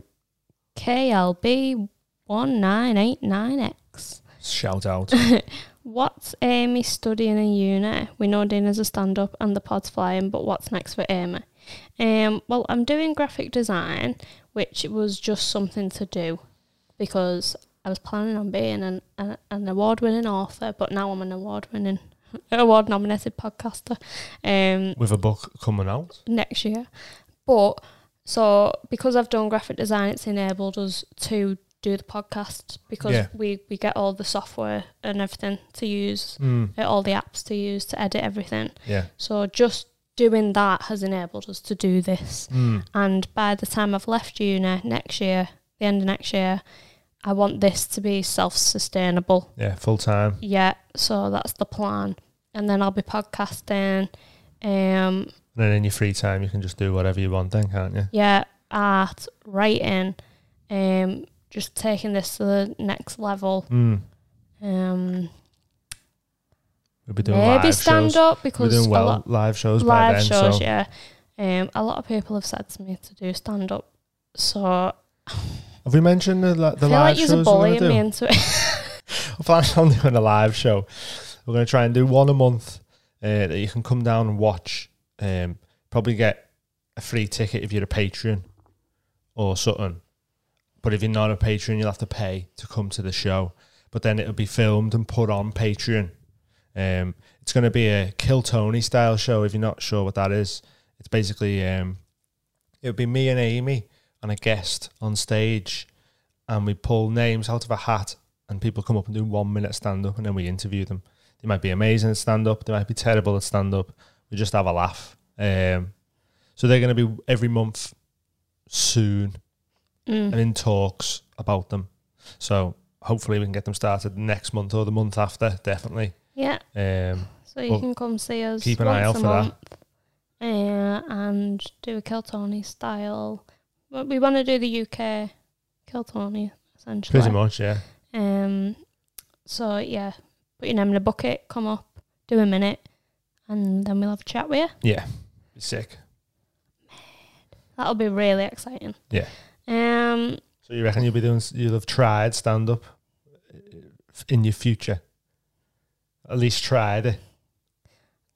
A: KLB one nine eight nine X.
B: Shout out. <laughs>
A: What's Amy studying in uni? We know Dana's a stand up and the pod's flying, but what's next for Amy? Um, well, I'm doing graphic design, which was just something to do because I was planning on being an, an, an award winning author, but now I'm an award <laughs> winning, award nominated podcaster. Um,
B: With a book coming out.
A: next year. But so because I've done graphic design, it's enabled us to do the podcast because
B: Yeah.
A: we, we get all the software and everything to use, uh, all the apps to use to edit everything.
B: Yeah.
A: So just doing that has enabled us to do this. And by the time I've left uni next year, the end of next year, I want this to be self sustainable
B: Yeah. Full time.
A: yeah, so that's the plan. And then I'll be podcasting. Um,
B: And then in your free time, you can just do whatever you want, then, can't you?
A: yeah, art, writing, um, just taking this to the next level.
B: Mm.
A: Um,
B: We'll be doing
A: maybe
B: live
A: stand
B: shows.
A: up
B: We're
A: because
B: doing
A: a
B: well
A: lot
B: live shows by
A: live
B: then.
A: shows,
B: so
A: yeah. Um, a lot of people have said to me to do stand up, so I
B: have we mentioned the, li- the
A: feel like
B: live
A: you're
B: shows we're gonna
A: bullying
B: do?
A: me into it. <laughs>
B: I <laughs> plan on doing a live show. We're going to try and do one a month uh, that you can come down and watch. Um, probably get a free ticket if you're a patron or something. But if you're not a patron, you'll have to pay to come to the show. But then it'll be filmed and put on Patreon. Um, it's going to be a Kill Tony style show. If you're not sure what that is, it's basically um, it would be me and Amy and a guest on stage, and we pull names out of a hat, and people come up and do one minute stand up, and then we interview them. They might be amazing at stand up, they might be terrible at stand up. We just have a laugh. Um, so they're going to be every month soon. I'm in talks about them. So hopefully we can get them started next month or the month after, definitely.
A: yeah,
B: Um,
A: so you
B: Well,
A: can come see us.
B: keep an eye out
A: once a
B: for that.
A: month. Uh, and do a Kiltony style. But we want to do the UK Kiltony essentially.
B: pretty much, yeah.
A: Um, so yeah, put your name in a bucket, come up, do a minute, and then we'll have a chat with you.
B: Yeah. Be sick.
A: That'll be really exciting.
B: Yeah.
A: Um,
B: So you reckon you'll be doing, you'll have tried stand up in your future? At least tried it.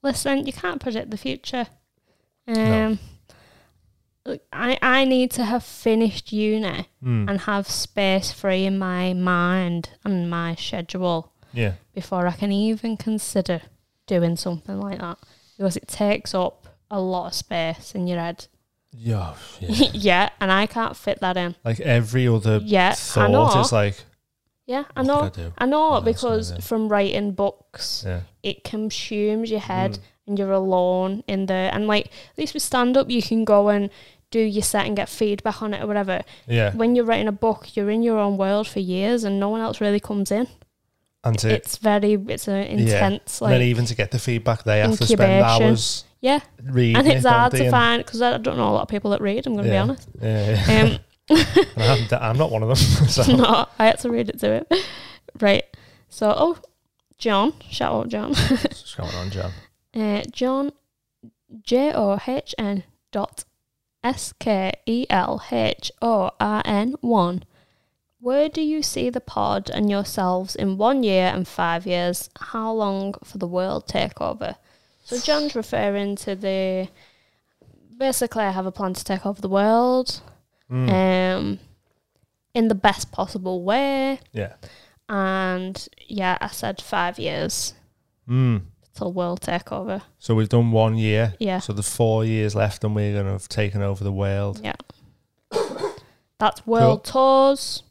A: listen, you can't predict the future.
B: No.
A: Um, look, I I need to have finished uni
B: Hmm.
A: and have space free in my mind and my schedule.
B: Yeah.
A: before I can even consider doing something like that because it takes up a lot of space in your head. <laughs>
B: Yeah. yeah.
A: yeah, and I can't fit that in.
B: like every other
A: Yeah, I
B: thought
A: know.
B: is like,
A: Yeah, I
B: What
A: know.
B: could I do?
A: I know
B: What else could I
A: because
B: do?
A: from writing books,
B: Oh, yeah. Mm.
A: it consumes your head and you're alone in there. And like, at least with stand up, you can go and do your set and get feedback on it or whatever.
B: Yeah.
A: When you're writing a book, you're in your own world for years and no one else really comes in.
B: And to,
A: It's very, it's an
B: yeah.
A: intense,
B: and
A: like,
B: then even to get the feedback, they have to spend
A: Incubation.
B: hours
A: yeah.
B: reading.
A: and it's
B: it, don't
A: hard
B: they?
A: to
B: And-
A: find because I don't know a lot of people that read. I'm going to be
B: yeah.
A: honest.
B: Yeah. yeah.
A: Um,
B: <laughs>
A: <laughs>
B: And I'm, d- I'm not one of them. <laughs> So.
A: no, I had to read it to it. Right. So, oh, John, shout out John. <laughs>
B: What's going on, John?
A: uh, John, J O H N dot S K E L H O R N one. Where do you see the pod and yourselves in one year and five years? How long for the world takeover? So John's referring to the basically I have a plan to take over the world. Um in the best possible way.
B: Yeah.
A: And yeah, I said five years
B: Mm.
A: till world takeover.
B: So we've done one year.
A: Yeah.
B: So there's four years left, and we're going to have taken over the world.
A: Yeah. That's world tours.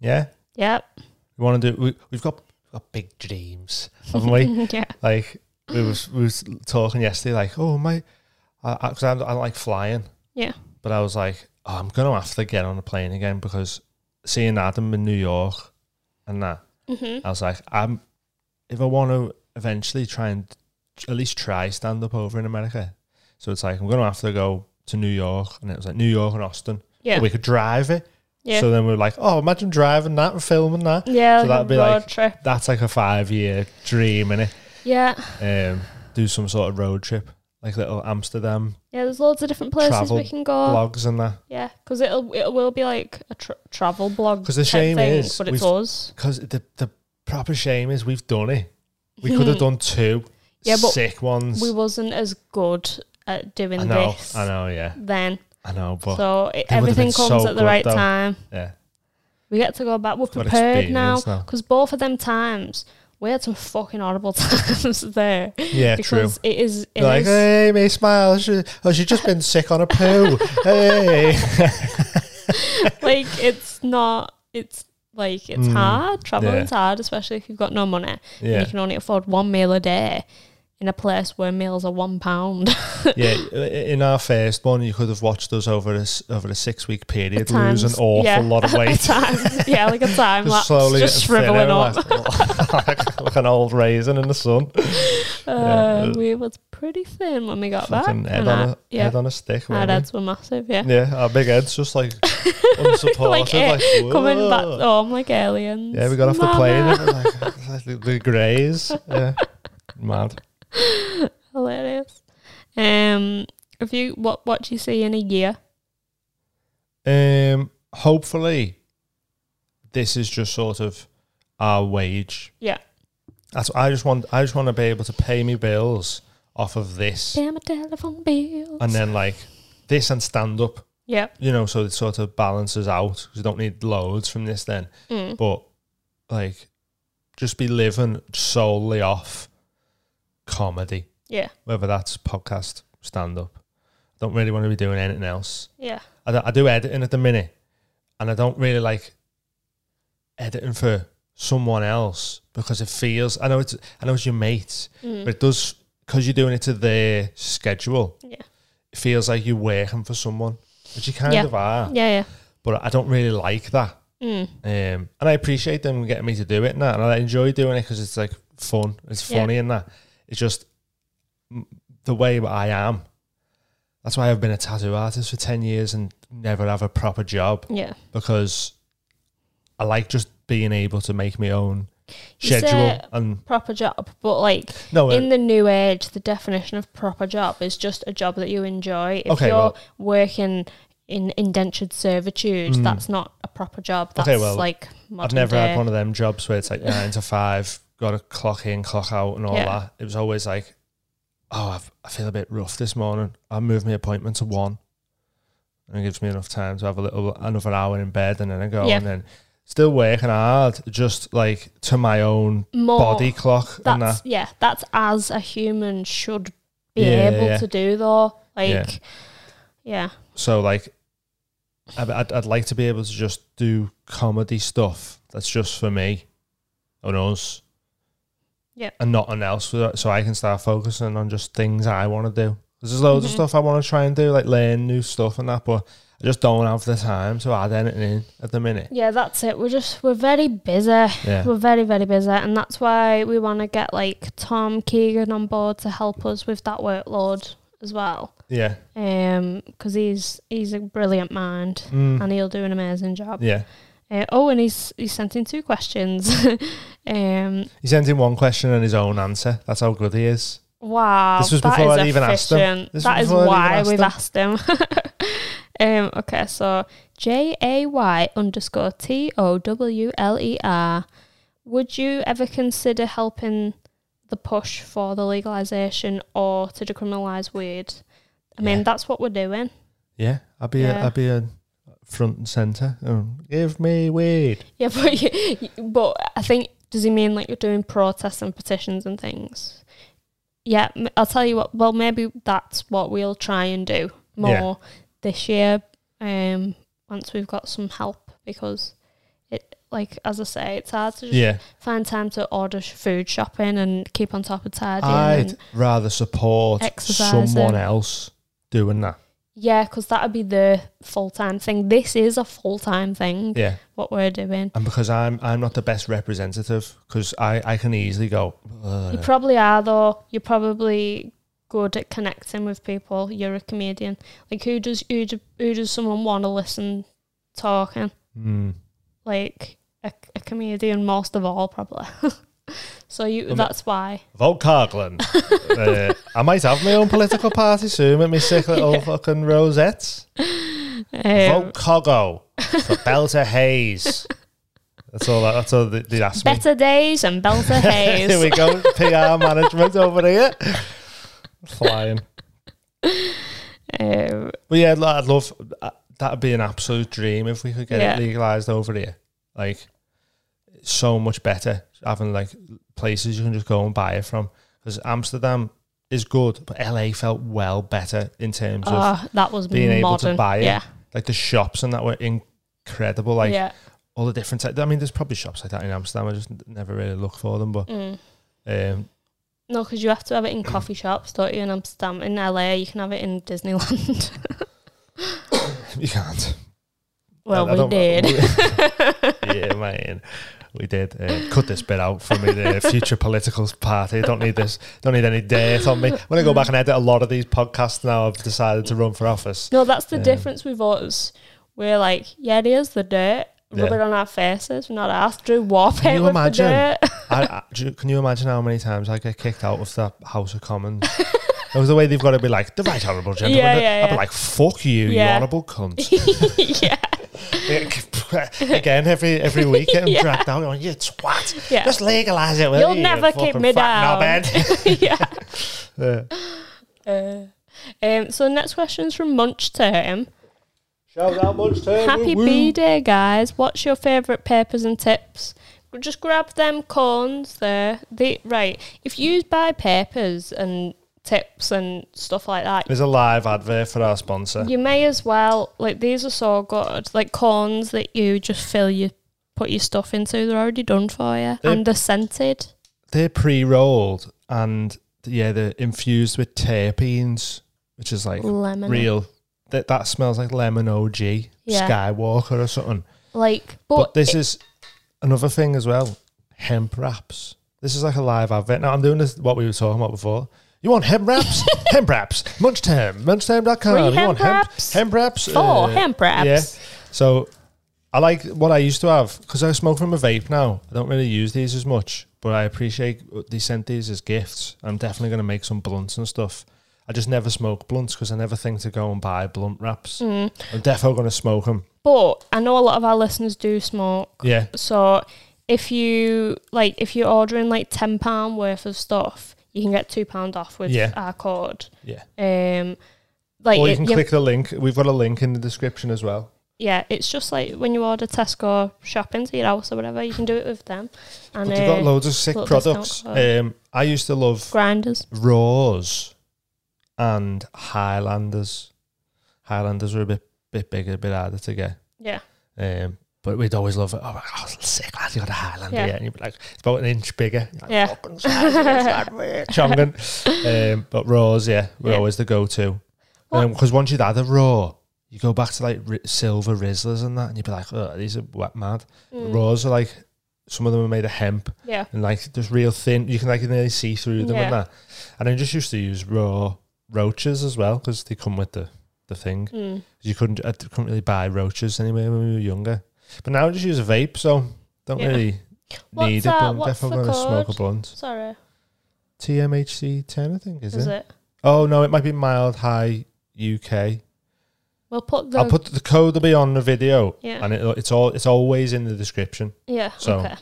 B: Yeah.
A: Yep.
B: We want to do. We, we've got we've got big dreams, haven't we?
A: <laughs> Yeah.
B: like we was we was talking yesterday. Like, oh my, because I, I, 'cause I, I like flying,
A: Yeah.
B: but I was like, oh, I'm going to have to get on a plane again
A: Mm-hmm.
B: because seeing Adam in New York and that, I was like, I'm if I want to eventually try and at least try stand up over in America, so it's like I'm going to have to go to New York, and it was like New York and Austin.
A: Yeah.
B: But we could drive it.
A: Yeah.
B: So then we are like, oh, imagine driving that and filming that.
A: Yeah, like
B: So
A: a
B: that'd be
A: road
B: like
A: trip.
B: that's like a five year dream, innit?
A: Yeah.
B: Um, do some sort of road trip, like little Amsterdam
A: Yeah, there's loads of different places
B: travel
A: we can go.
B: blogs and that.
A: Yeah, because it'll it will be like a tra- travel blog.
B: 'Cause the
A: type
B: shame
A: thing,
B: is
A: but it's
B: we've-
A: us.
B: Because the the proper shame is we've done it.
A: <laughs>
B: We could have done two
A: Yeah, but
B: sick ones.
A: We wasn't as good at doing
B: I know,
A: this
B: I know, yeah,
A: then,
B: I know, but
A: so it,
B: they would've been
A: everything comes
B: so
A: at the
B: good,
A: right
B: though.
A: time.
B: yeah,
A: We get to go back. We're
B: got
A: prepared now
B: experience now.
A: because both of them times we had some fucking horrible <laughs> times there.
B: yeah, true.
A: because it is. it
B: They're like,
A: is-
B: hey, me smile. She, oh, she's just been sick on
A: <laughs>
B: a poo. hey,
A: like it's not it's like it's hard traveling's
B: Mm. yeah.
A: hard especially if you've got no money and
B: Yeah.
A: you can only afford one meal a day in a place where meals are one pound <laughs>
B: yeah. i- In our first one, you could have watched us over a s- over a six week period
A: Times-
B: lose an awful
A: yeah,
B: lot
A: <laughs>
B: of
A: a
B: weight.
A: time, yeah like a
B: <laughs>
A: time
B: Just
A: lapse
B: slowly
A: just
B: getting
A: shriveling
B: thinner,
A: up
B: Like, like, <laughs> an old raisin in the sun.
A: uh, we was pretty thin when we got back
B: Fucking head
A: and
B: on,
A: our-
B: a,
A: yeah
B: head on a stick.
A: our
B: weren't we?
A: heads were massive yeah,
B: Yeah, our big head's er just like
A: <laughs>
B: unsupported. er like,
A: eh, <laughs> coming
B: whoa.
A: back home like aliens
B: Yeah, we got off the plane.
A: Mama.
B: and we're Like, like <laughs> the- the greys. Yeah, mad.
A: hilarious um have you what what do you see in a year
B: Um, hopefully, this is just sort of our wage.
A: yeah
B: That's I just want. I just want to be able to pay me bills off of this,
A: Damn my telephone bills.
B: and then like this and stand up.
A: yeah,
B: You know, so it sort of balances out 'cause you don't need loads from this then.
A: Mm.
B: But like, just be living solely off comedy.
A: yeah,
B: whether that's podcast, stand up. I don't really want to be doing anything else.
A: yeah,
B: I do, I do editing at the minute, and I don't really like editing for someone else because it feels. I know it's I know it's your mates,
A: Mm.
B: but it does because you're doing it to their schedule.
A: Yeah.
B: it feels like you're working for someone, which you kind
A: Yeah.
B: of are.
A: yeah, yeah.
B: But I don't really like that.
A: Mm.
B: Um, and I appreciate them getting me to do it and that, and I enjoy doing it because it's like fun, it's
A: Yeah.
B: funny and that. It's just m- the way I am. That's why I've been a tattoo artist for ten years and never have a proper job
A: yeah.
B: because I like just being able to make my own
A: You
B: schedule.
A: say-
B: and
A: Proper job, but like
B: No, uh,
A: in the new age, the definition of proper job is just a job that you enjoy. If
B: Okay,
A: you're
B: well-
A: working in indentured servitude, that's not a proper job. That's
B: Hmm. Okay, well,
A: like modern
B: I've never
A: day.
B: had one of them jobs where it's
A: <laughs>
B: like nine to five, got to clock in, clock out, and all
A: Yeah.
B: that. It was always like, oh, I've, I feel a bit rough this morning. I move my appointment to one, and it gives me enough time to have a little another hour in bed, and then I go,
A: Yeah.
B: and then still working hard, just like to my own
A: More-
B: body clock and
A: That's
B: that.
A: yeah. That's as a human should be
B: Yeah,
A: able
B: yeah.
A: to do, though. Like,
B: Yeah.
A: yeah, yeah,
B: So like, I'd, I'd, I'd like to be able to just do comedy stuff that's just for me and us.
A: Yeah.
B: And not on else, so so I can start focusing on just things I want to do. 'Cause there's loads
A: Mm-hmm.
B: of stuff I want to try and do, like learn new stuff and that, but I just don't have the time to add anything in at the minute.
A: That's it. We're just we're very busy.
B: Yeah.
A: We're very, very busy, and that's why we want to get like Tom Keegan on board to help us with that workload as well.
B: Yeah.
A: Um, because he's he's a brilliant mind, and he'll do an amazing job.
B: Mm. Yeah.
A: Uh, oh, and he's he sent in two questions. <laughs> um,
B: He sends in one question and his own answer. That's how good he is.
A: wow,
B: This was
A: that
B: before
A: is
B: I'd even asked him.
A: efficient.
B: This was
A: That is
B: before I'd
A: why
B: even
A: we've asked him. <laughs> um, okay, so J A Y underscore T O W L E R. Would you ever consider helping the push for the legalization or to decriminalize weed? I mean,
B: Yeah.
A: that's what we're doing.
B: Yeah. I'd be
A: Yeah.
B: A, I'd be a front and centre. Um, Give me weed.
A: <laughs> Yeah, but you, but I think does he mean like you're doing protests and petitions and things? Yeah, m- I'll tell you what. Well, maybe that's what we'll try and do more
B: Yeah.
A: this year. Um, once we've got some help because it like as I say, it's hard to just
B: Yeah.
A: find time to order sh- food shopping and keep on top of tidying.
B: I'd
A: and-
B: rather support
A: Exercising.
B: someone else doing that
A: Yeah, because that would be the full time thing. This is a full time thing.
B: Yeah.
A: What we're doing.
B: And because I'm I'm not the best representative, because I, I can easily go,
A: You
B: "Ugh."
A: probably are though. You're probably good at connecting with people. You're a comedian. Like who does who, do, who does someone want to listen talking?
B: Mm.
A: Like a, a comedian most of all probably. <laughs> so you
B: Well,
A: that's why.
B: vote Carglin. Uh, I might have my own political party soon with my sick little fucking rosettes.
A: Um,
B: Vote Coggo for Belter Hayes. That's all. That's all they, they asked me.
A: better days and
B: <laughs>
A: belter
B: Here
A: haze.
B: we go, PR management over here. Flying.
A: um,
B: But yeah, I'd lo- I'd love uh, that'd be an absolute dream if we could get
A: Yeah.
B: it legalized over here. Like, it's so much better having like places you can just go and buy it from. Because Amsterdam is good, but LA felt well better in terms of
A: oh, that was
B: being
A: modern.
B: able to buy it.
A: Yeah.
B: Like the shops and that were incredible. Like
A: yeah.
B: all the different. type- I mean, there's probably shops like that in Amsterdam. I just n- never really look for them, but
A: Mm.
B: um,
A: No, because you have to have it in coffee shops, don't you? In Amsterdam, in LA, you can have it in Disneyland.
B: <laughs>
A: <laughs>
B: you can't.
A: well,
B: I- I
A: we
B: don't-
A: did.
B: <laughs> yeah, man. We did. Uh, cut this bit out for me, the future political party. Don't need this. Don't need any dirt on me. When I go back and edit a lot of these podcasts now, I've decided to run for office.
A: No, that's the
B: Um,
A: difference with us. We're like, yeah, it is the dirt. Rub
B: Yeah.
A: it on our faces. We're not asked to warp it
B: you
A: with
B: imagine?
A: the dirt. <laughs>
B: I, I, do you- can you imagine how many times I get kicked out of the House of Commons? It was the way they've got to be like, the right honourable gentleman.
A: Yeah, yeah,
B: I'd be
A: yeah.
B: like, fuck you, you
A: Yeah. <laughs>
B: honourable cunt.
A: yeah,
B: <laughs> Again, every every week
A: <laughs>
B: I'm
A: Yeah.
B: dragged out on you twat.
A: Yeah.
B: Just legalise it, will
A: You'll
B: you, you
A: never keep
B: fucking
A: me
B: fat
A: down.
B: knobhead?
A: <laughs> yeah.
B: <laughs> Yeah.
A: Uh, um, so next question's from Munch Term. Happy B Day, guys. What's your favourite papers and tips? Just grab them cones there. They, right. If you buy papers and tips and stuff like that,
B: There's a live advert for our sponsor.
A: You may as well like these are so good, like corns that you just fill your put your stuff into. They're already done for you,
B: They-
A: and they're scented.
B: They're pre-rolled and yeah, they're infused with terpenes, which is like
A: Lemon.
B: real. That that smells like lemon OG
A: Yeah.
B: Skywalker or something.
A: Like, but,
B: But, this
A: it-
B: is another thing as well. Hemp wraps. This is like a live advert. Now I'm doing this what we were talking about before. You want hemp
A: <laughs>
B: wraps? hemp wraps. Munchterm. Munchterm.com.
A: Free
B: you
A: hemp
B: want hemp
A: wraps?
B: Hemp wraps. Uh,
A: Four hemp wraps.
B: So I like what I used to have because I smoke from a vape now. I don't really use these as much, but I appreciate they sent these as gifts. I'm definitely going to make some blunts and stuff. I just never smoke blunts because I never think to go and buy blunt wraps.
A: Mm.
B: I'm definitely going to smoke them.
A: but I know a lot of our listeners do smoke.
B: Yeah.
A: So if you like, if you're ordering like ten pound worth of stuff, you can get two pound off with
B: Yeah.
A: our code.
B: Yeah.
A: Um, like
B: Or you
A: it-
B: can
A: you-
B: click the link. We've got a link in the description as well.
A: yeah, it's just like when you order Tesco shopping to your house or whatever, you can do it with them. And
B: But they've got
A: uh,
B: loads of sick
A: little
B: products.
A: discount code.
B: Um, I used to love
A: grinders.
B: Raws and Highlanders. Highlanders were a bit bit bigger, a bit harder to get.
A: Yeah.
B: Um, but we'd always love it. Oh my god, sick lad, you got a Highlander, yeah.
A: Yeah.
B: And you'd be like, it's about an inch bigger. You're Like,
A: Yeah.
B: Fucking size of this
A: <laughs>
B: lad, mate." Chongan. um, but Raws, yeah, were
A: Yeah.
B: always the go to.
A: What-
B: Because once you'd had a Raw, you go back to like ri silver Rizzlers and that, and you'd be like, oh, these are wet mad.
A: Mm.
B: Raws are like, some of them are made of hemp
A: Yeah.
B: and like just real thin. You can like nearly see through them
A: Yeah.
B: and that. And I just used to use raw roaches as well because they come with the the thing.
A: Hmm.
B: You couldn't I couldn't really buy roaches anywhere when we were younger. But now I just use a vape, so don't
A: Yeah.
B: really
A: What's
B: need it.
A: that?
B: But I'm
A: What's
B: definitely
A: the
B: going to smoke a
A: code?
B: blunt.
A: Sorry.
B: TMHC ten, I think is,
A: Is
B: it?
A: it?
B: Oh no, it might be mild high UK.
A: We'll put the
B: I'll put the code will be on the video,
A: Yeah.
B: and it, it's all it's always in the description,
A: yeah.
B: so-
A: Okay.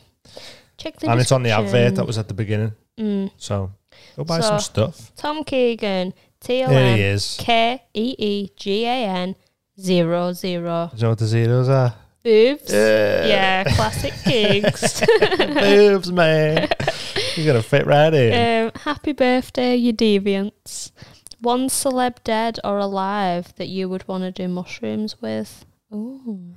A: Check the
B: and it's on the advert that
A: description.
B: was at the beginning.
A: Mm.
B: So go buy
A: So-
B: some stuff.
A: Tom Keegan. T O
B: There he
A: M
B: is.
A: K E E G A N zero zero.
B: Do you know what the zeros are?
A: Boobs. Yeah. Classic gigs.
B: <laughs> Boobs, man.
A: <laughs>
B: You're gonna fit right in.
A: um, happy birthday, you deviants. One celeb dead or alive that you would want to do mushrooms with. Ooh.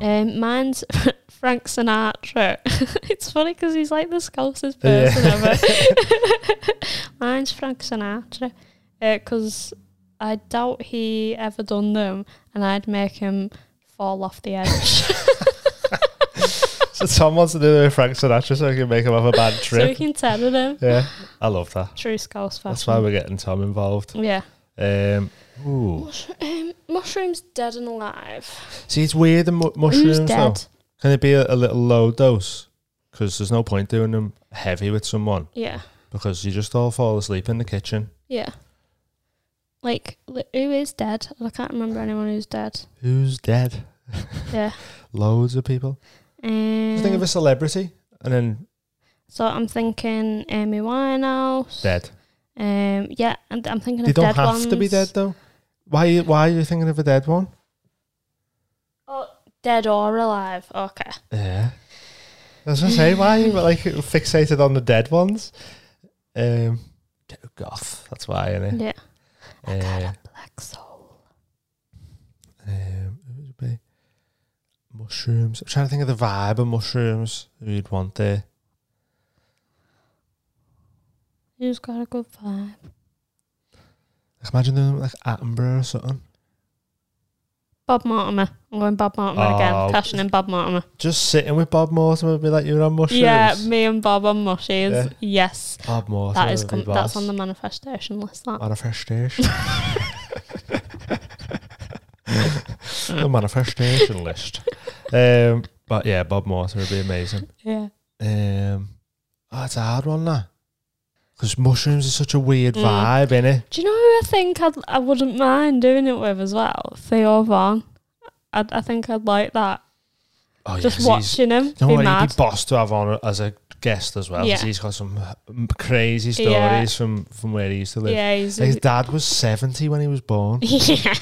A: Um, mine's <laughs> Frank Sinatra. <laughs> it's funny because he's like the scousest <laughs>
B: <laughs>
A: person ever. mine's Frank Sinatra because uh, I doubt he ever done them, and I'd make him fall off the
B: <laughs>
A: edge <laughs>
B: So Tom wants to do the Frank Sinatra so he can make him have a bad
A: so we
B: trip.
A: can tether him.
B: yeah, I love that.
A: True scouse fashion.
B: That's why we're getting Tom involved.
A: yeah.
B: Um, ooh.
A: Um, mushrooms dead and alive.
B: See, it's weird the mu- mushrooms
A: Who's
B: though.
A: dead?
B: Can it be a, a little low dose? Because there's no point doing them heavy with someone
A: Yeah.
B: because you just all fall asleep in the kitchen.
A: Yeah. Like li- who is dead? I can't remember anyone who's dead.
B: Who's dead?
A: Yeah.
B: <laughs> Loads of people.
A: Um,
B: Just Think of a celebrity and then
A: so I'm thinking Amy Winehouse.
B: dead.
A: Um, yeah, and I'm thinking
B: They
A: of
B: don't
A: dead
B: have
A: ones.
B: to be dead though. Why? you- Why are you thinking of a dead one?
A: Oh, dead or alive. Okay.
B: Yeah. As I say, why are you like fixated on the dead ones? Um, goth. That's why, innit?
A: Yeah.
B: Uh,
A: Black soul.
B: um, who would it be? Mushrooms. I'm trying to think of the vibe of mushrooms. Who you'd want there?
A: Who's got a good vibe?
B: Like, imagine them like Attenborough or something.
A: Bob Mortimer. I'm going Bob Mortimer
B: Oh.
A: again. Cashing in Bob Mortimer.
B: Just sitting with Bob Mortimer would be like you're on mushrooms.
A: Yeah, me and Bob on mushies.
B: Yeah.
A: Yes.
B: Bob Mortimer.
A: That is
B: would be
A: com- that's
B: boss.
A: on the manifestation list. That
B: <laughs> manifestation. the manifestation list. Um, but yeah, Bob Mortimer would be amazing.
A: <laughs> yeah.
B: Um, oh, it's a hard one, that. Because mushrooms is such a weird
A: Mm.
B: vibe, innit?
A: Do you know who I think I'd, I wouldn't mind doing it with as well? Theo Vaughn. I, I think I'd like that.
B: Oh, yeah, 'cause
A: Just
B: he's-
A: watching him
B: You know
A: be
B: what? He'd
A: mad.
B: be boss to have on as a guest as well. 'cause
A: Yeah.
B: he's got some m- crazy stories
A: Yeah.
B: from, from where he used to live.
A: yeah, he's
B: Like, his dad was 70 when he
A: <laughs>
B: was born.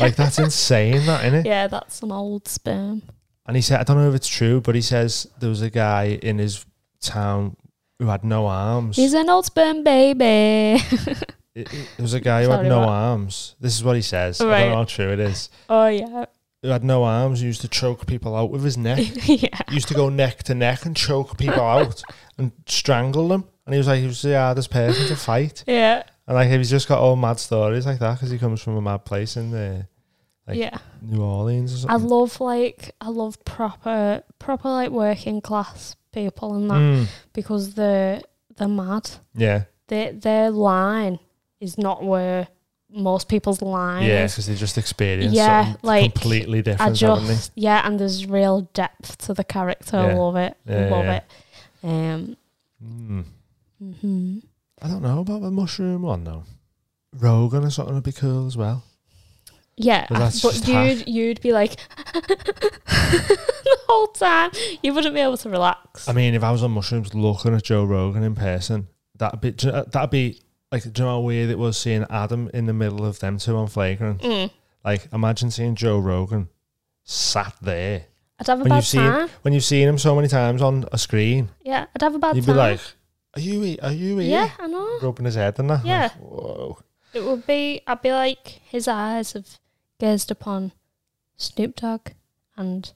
B: Like, that's insane, that, innit?
A: yeah, that's some old sperm.
B: And he said, I don't know if it's true, but he says there was a guy in his town who had no arms.
A: He's an old sperm baby. <laughs>
B: It- it- there was a guy who had
A: Sorry,
B: no
A: what?
B: arms. This is what he says. I don't
A: Right.
B: know how true it is.
A: oh yeah, <laughs>
B: Who had no arms, used to choke people out with his neck.
A: yeah.
B: used to go neck to neck and choke
A: <laughs>
B: people out and strangle them. And he was like, he was the hardest person to fight.
A: Yeah,
B: And like, he's just got all mad stories like that because he comes from a mad place in the Like,
A: yeah.
B: New Orleans or
A: I
B: something.
A: love like I love proper proper like working class people and that
B: Mm,
A: because they're they're mad.
B: yeah,
A: Their their line is not where most people's line
B: yeah,
A: is.
B: because they just experienced
A: Yeah,
B: something
A: like,
B: completely
A: I
B: different, haven't they?
A: just yeah, and there's real depth to the character. I
B: Yeah.
A: love it.
B: Yeah,
A: love
B: yeah.
A: it. Um,
B: Mm.
A: mhm.
B: I don't know about the mushroom one though. Rogan or something would be cool as well.
A: Yeah,
B: But
A: I-
B: that's
A: but
B: just
A: you'd
B: hack.
A: you'd be like <laughs> the whole time. You wouldn't be able to relax.
B: I mean, if I was on mushrooms looking at Joe Rogan in person, that'd be do you know- that'd be like do you know how weird it was seeing Adam in the middle of them two on flagrant.
A: Mm.
B: Like imagine seeing Joe Rogan sat there
A: I'd have a
B: when
A: bad
B: you've seen
A: time.
B: when you've seen him so many times on a screen.
A: Yeah, I'd have a bad
B: you'd be
A: time.
B: like, "Are you? he- Are you here?"
A: yeah, I know.
B: rubbing his head and that.
A: Yeah.
B: Like, Whoa.
A: It would be. I'd be like his eyes have gazed upon Snoop Dogg and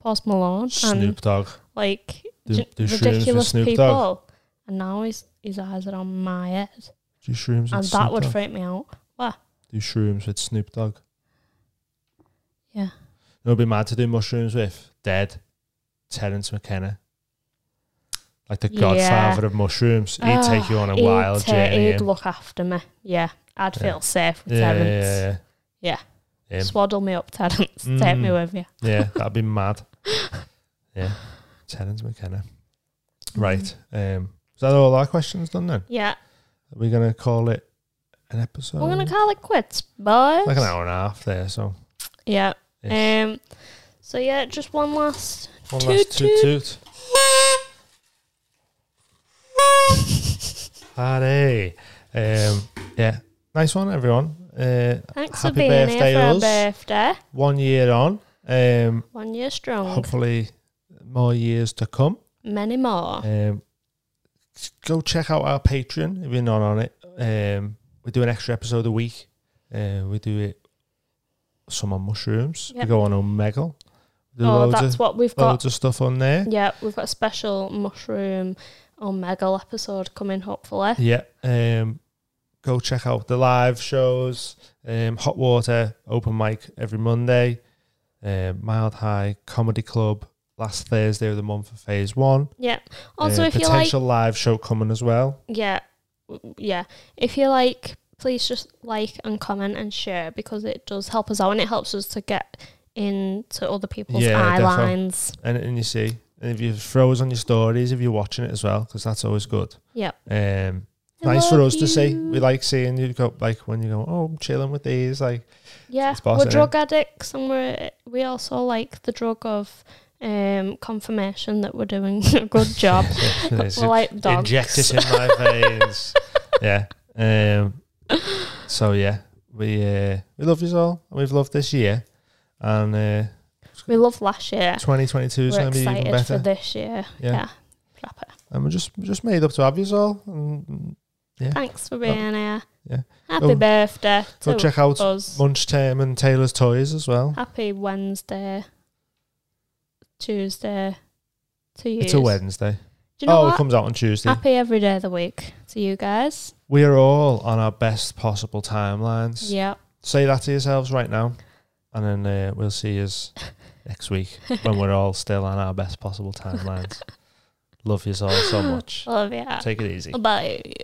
A: Post Malone and
B: Snoop Dogg.
A: like
B: Do-
A: j-
B: do shrooms with
A: ridiculous
B: Snoop
A: people,
B: Dogg?
A: and now his his eyes are on my head,
B: Do shrooms with
A: and
B: Snoop
A: that would
B: Dogg?
A: freak me out. What?
B: do shrooms with Snoop Dogg.
A: Yeah.
B: It would be mad to do mushrooms with dead Terence McKenna. Like the
A: Yeah.
B: godfather of mushrooms. He'd take
A: Ah,
B: you on a
A: he'd
B: wild
A: ta-
B: journey.
A: He'd
B: in.
A: look after me. Yeah, I'd
B: Yeah.
A: feel safe with
B: yeah, yeah,
A: Terence.
B: yeah,
A: Yeah.
B: yeah. Him.
A: Swaddle me up, Terence. <laughs> Take me
B: Mm.
A: with you. <laughs>
B: Yeah, that'd be mad. Yeah. Terence McKenna. Right.
A: Mm.
B: Um, is that all our questions done then?
A: Yeah,
B: Are we going to call it an episode?
A: we're gonna call it quits, boys.
B: like an hour and a half there, so.
A: Yeah.
B: ish.
A: Um. So yeah, just one last.
B: One
A: toot
B: last toot
A: toot.
B: toot. Party. Um, yeah. Nice one, everyone. Uh,
A: Thanks
B: Happy
A: for being
B: birthday,
A: here for
B: us.
A: our birthday.
B: one year on. Um,
A: One year strong.
B: hopefully, more years to come.
A: Many more.
B: Um, go check out our Patreon if you're not on it. Um, we do an extra episode a week. Uh, we do it some on mushrooms.
A: Yep.
B: We go on Omegle. Do
A: oh,
B: loads,
A: that's
B: of,
A: what we've got.
B: loads of stuff on there.
A: Yeah, we've got a special mushroom or megal episode coming, hopefully.
B: Yeah. Um, go check out the live shows. Um, Hot Water open mic every Monday. Um, Mild High Comedy Club last Thursday of the month for Phase One.
A: Yeah. Also,
B: Uh,
A: if you like,
B: potential live show coming as well.
A: yeah, w- yeah. If you like, please just like and comment and share because it does help us out and it helps us to get into other people's
B: Yeah,
A: eye
B: defo.
A: lines.
B: And, and you see, and if you throw us on your stories, if you're watching it as well, because that's always good.
A: Yep.
B: Um,
A: I
B: nice for
A: love
B: us to see.
A: you.
B: We like seeing you go like when you go, oh, I'm chilling with these. Like,
A: <laughs> Yeah,
B: It's boss,
A: we're
B: innit?
A: drug addicts, and we're we also like the drug of um, confirmation that we're doing <laughs> a good job. we're like dogs.
B: inject it in my veins.
A: <laughs>
B: Yeah. Um, so yeah, we uh, we love you all. and We've loved this year, and uh,
A: we love last year.
B: 2022 is
A: Ah, we're
B: going to be even
A: excited for
B: better.
A: this year.
B: Yeah.
A: Yeah. Wrap it.
B: And we're just we're just made up to have you all. And
A: Thanks for being here.
B: Oh, yeah.
A: Happy
B: Go-
A: birthday
B: go
A: to
B: check out
A: us.
B: Munch Tame and Taylor's Toys as well.
A: Happy Wednesday, Tuesday to you.
B: It's a Wednesday.
A: Do you know
B: oh,
A: what?
B: it comes out on Tuesday.
A: Happy every day of the week to you guys.
B: We are all on our best possible timelines.
A: Yep.
B: Say that to yourselves right now, and then uh, we'll see us
A: <laughs>
B: next week when we're all still on
A: <laughs>
B: our best possible timelines. Love you all so much.
A: Love you.
B: Take it easy.
A: Bye.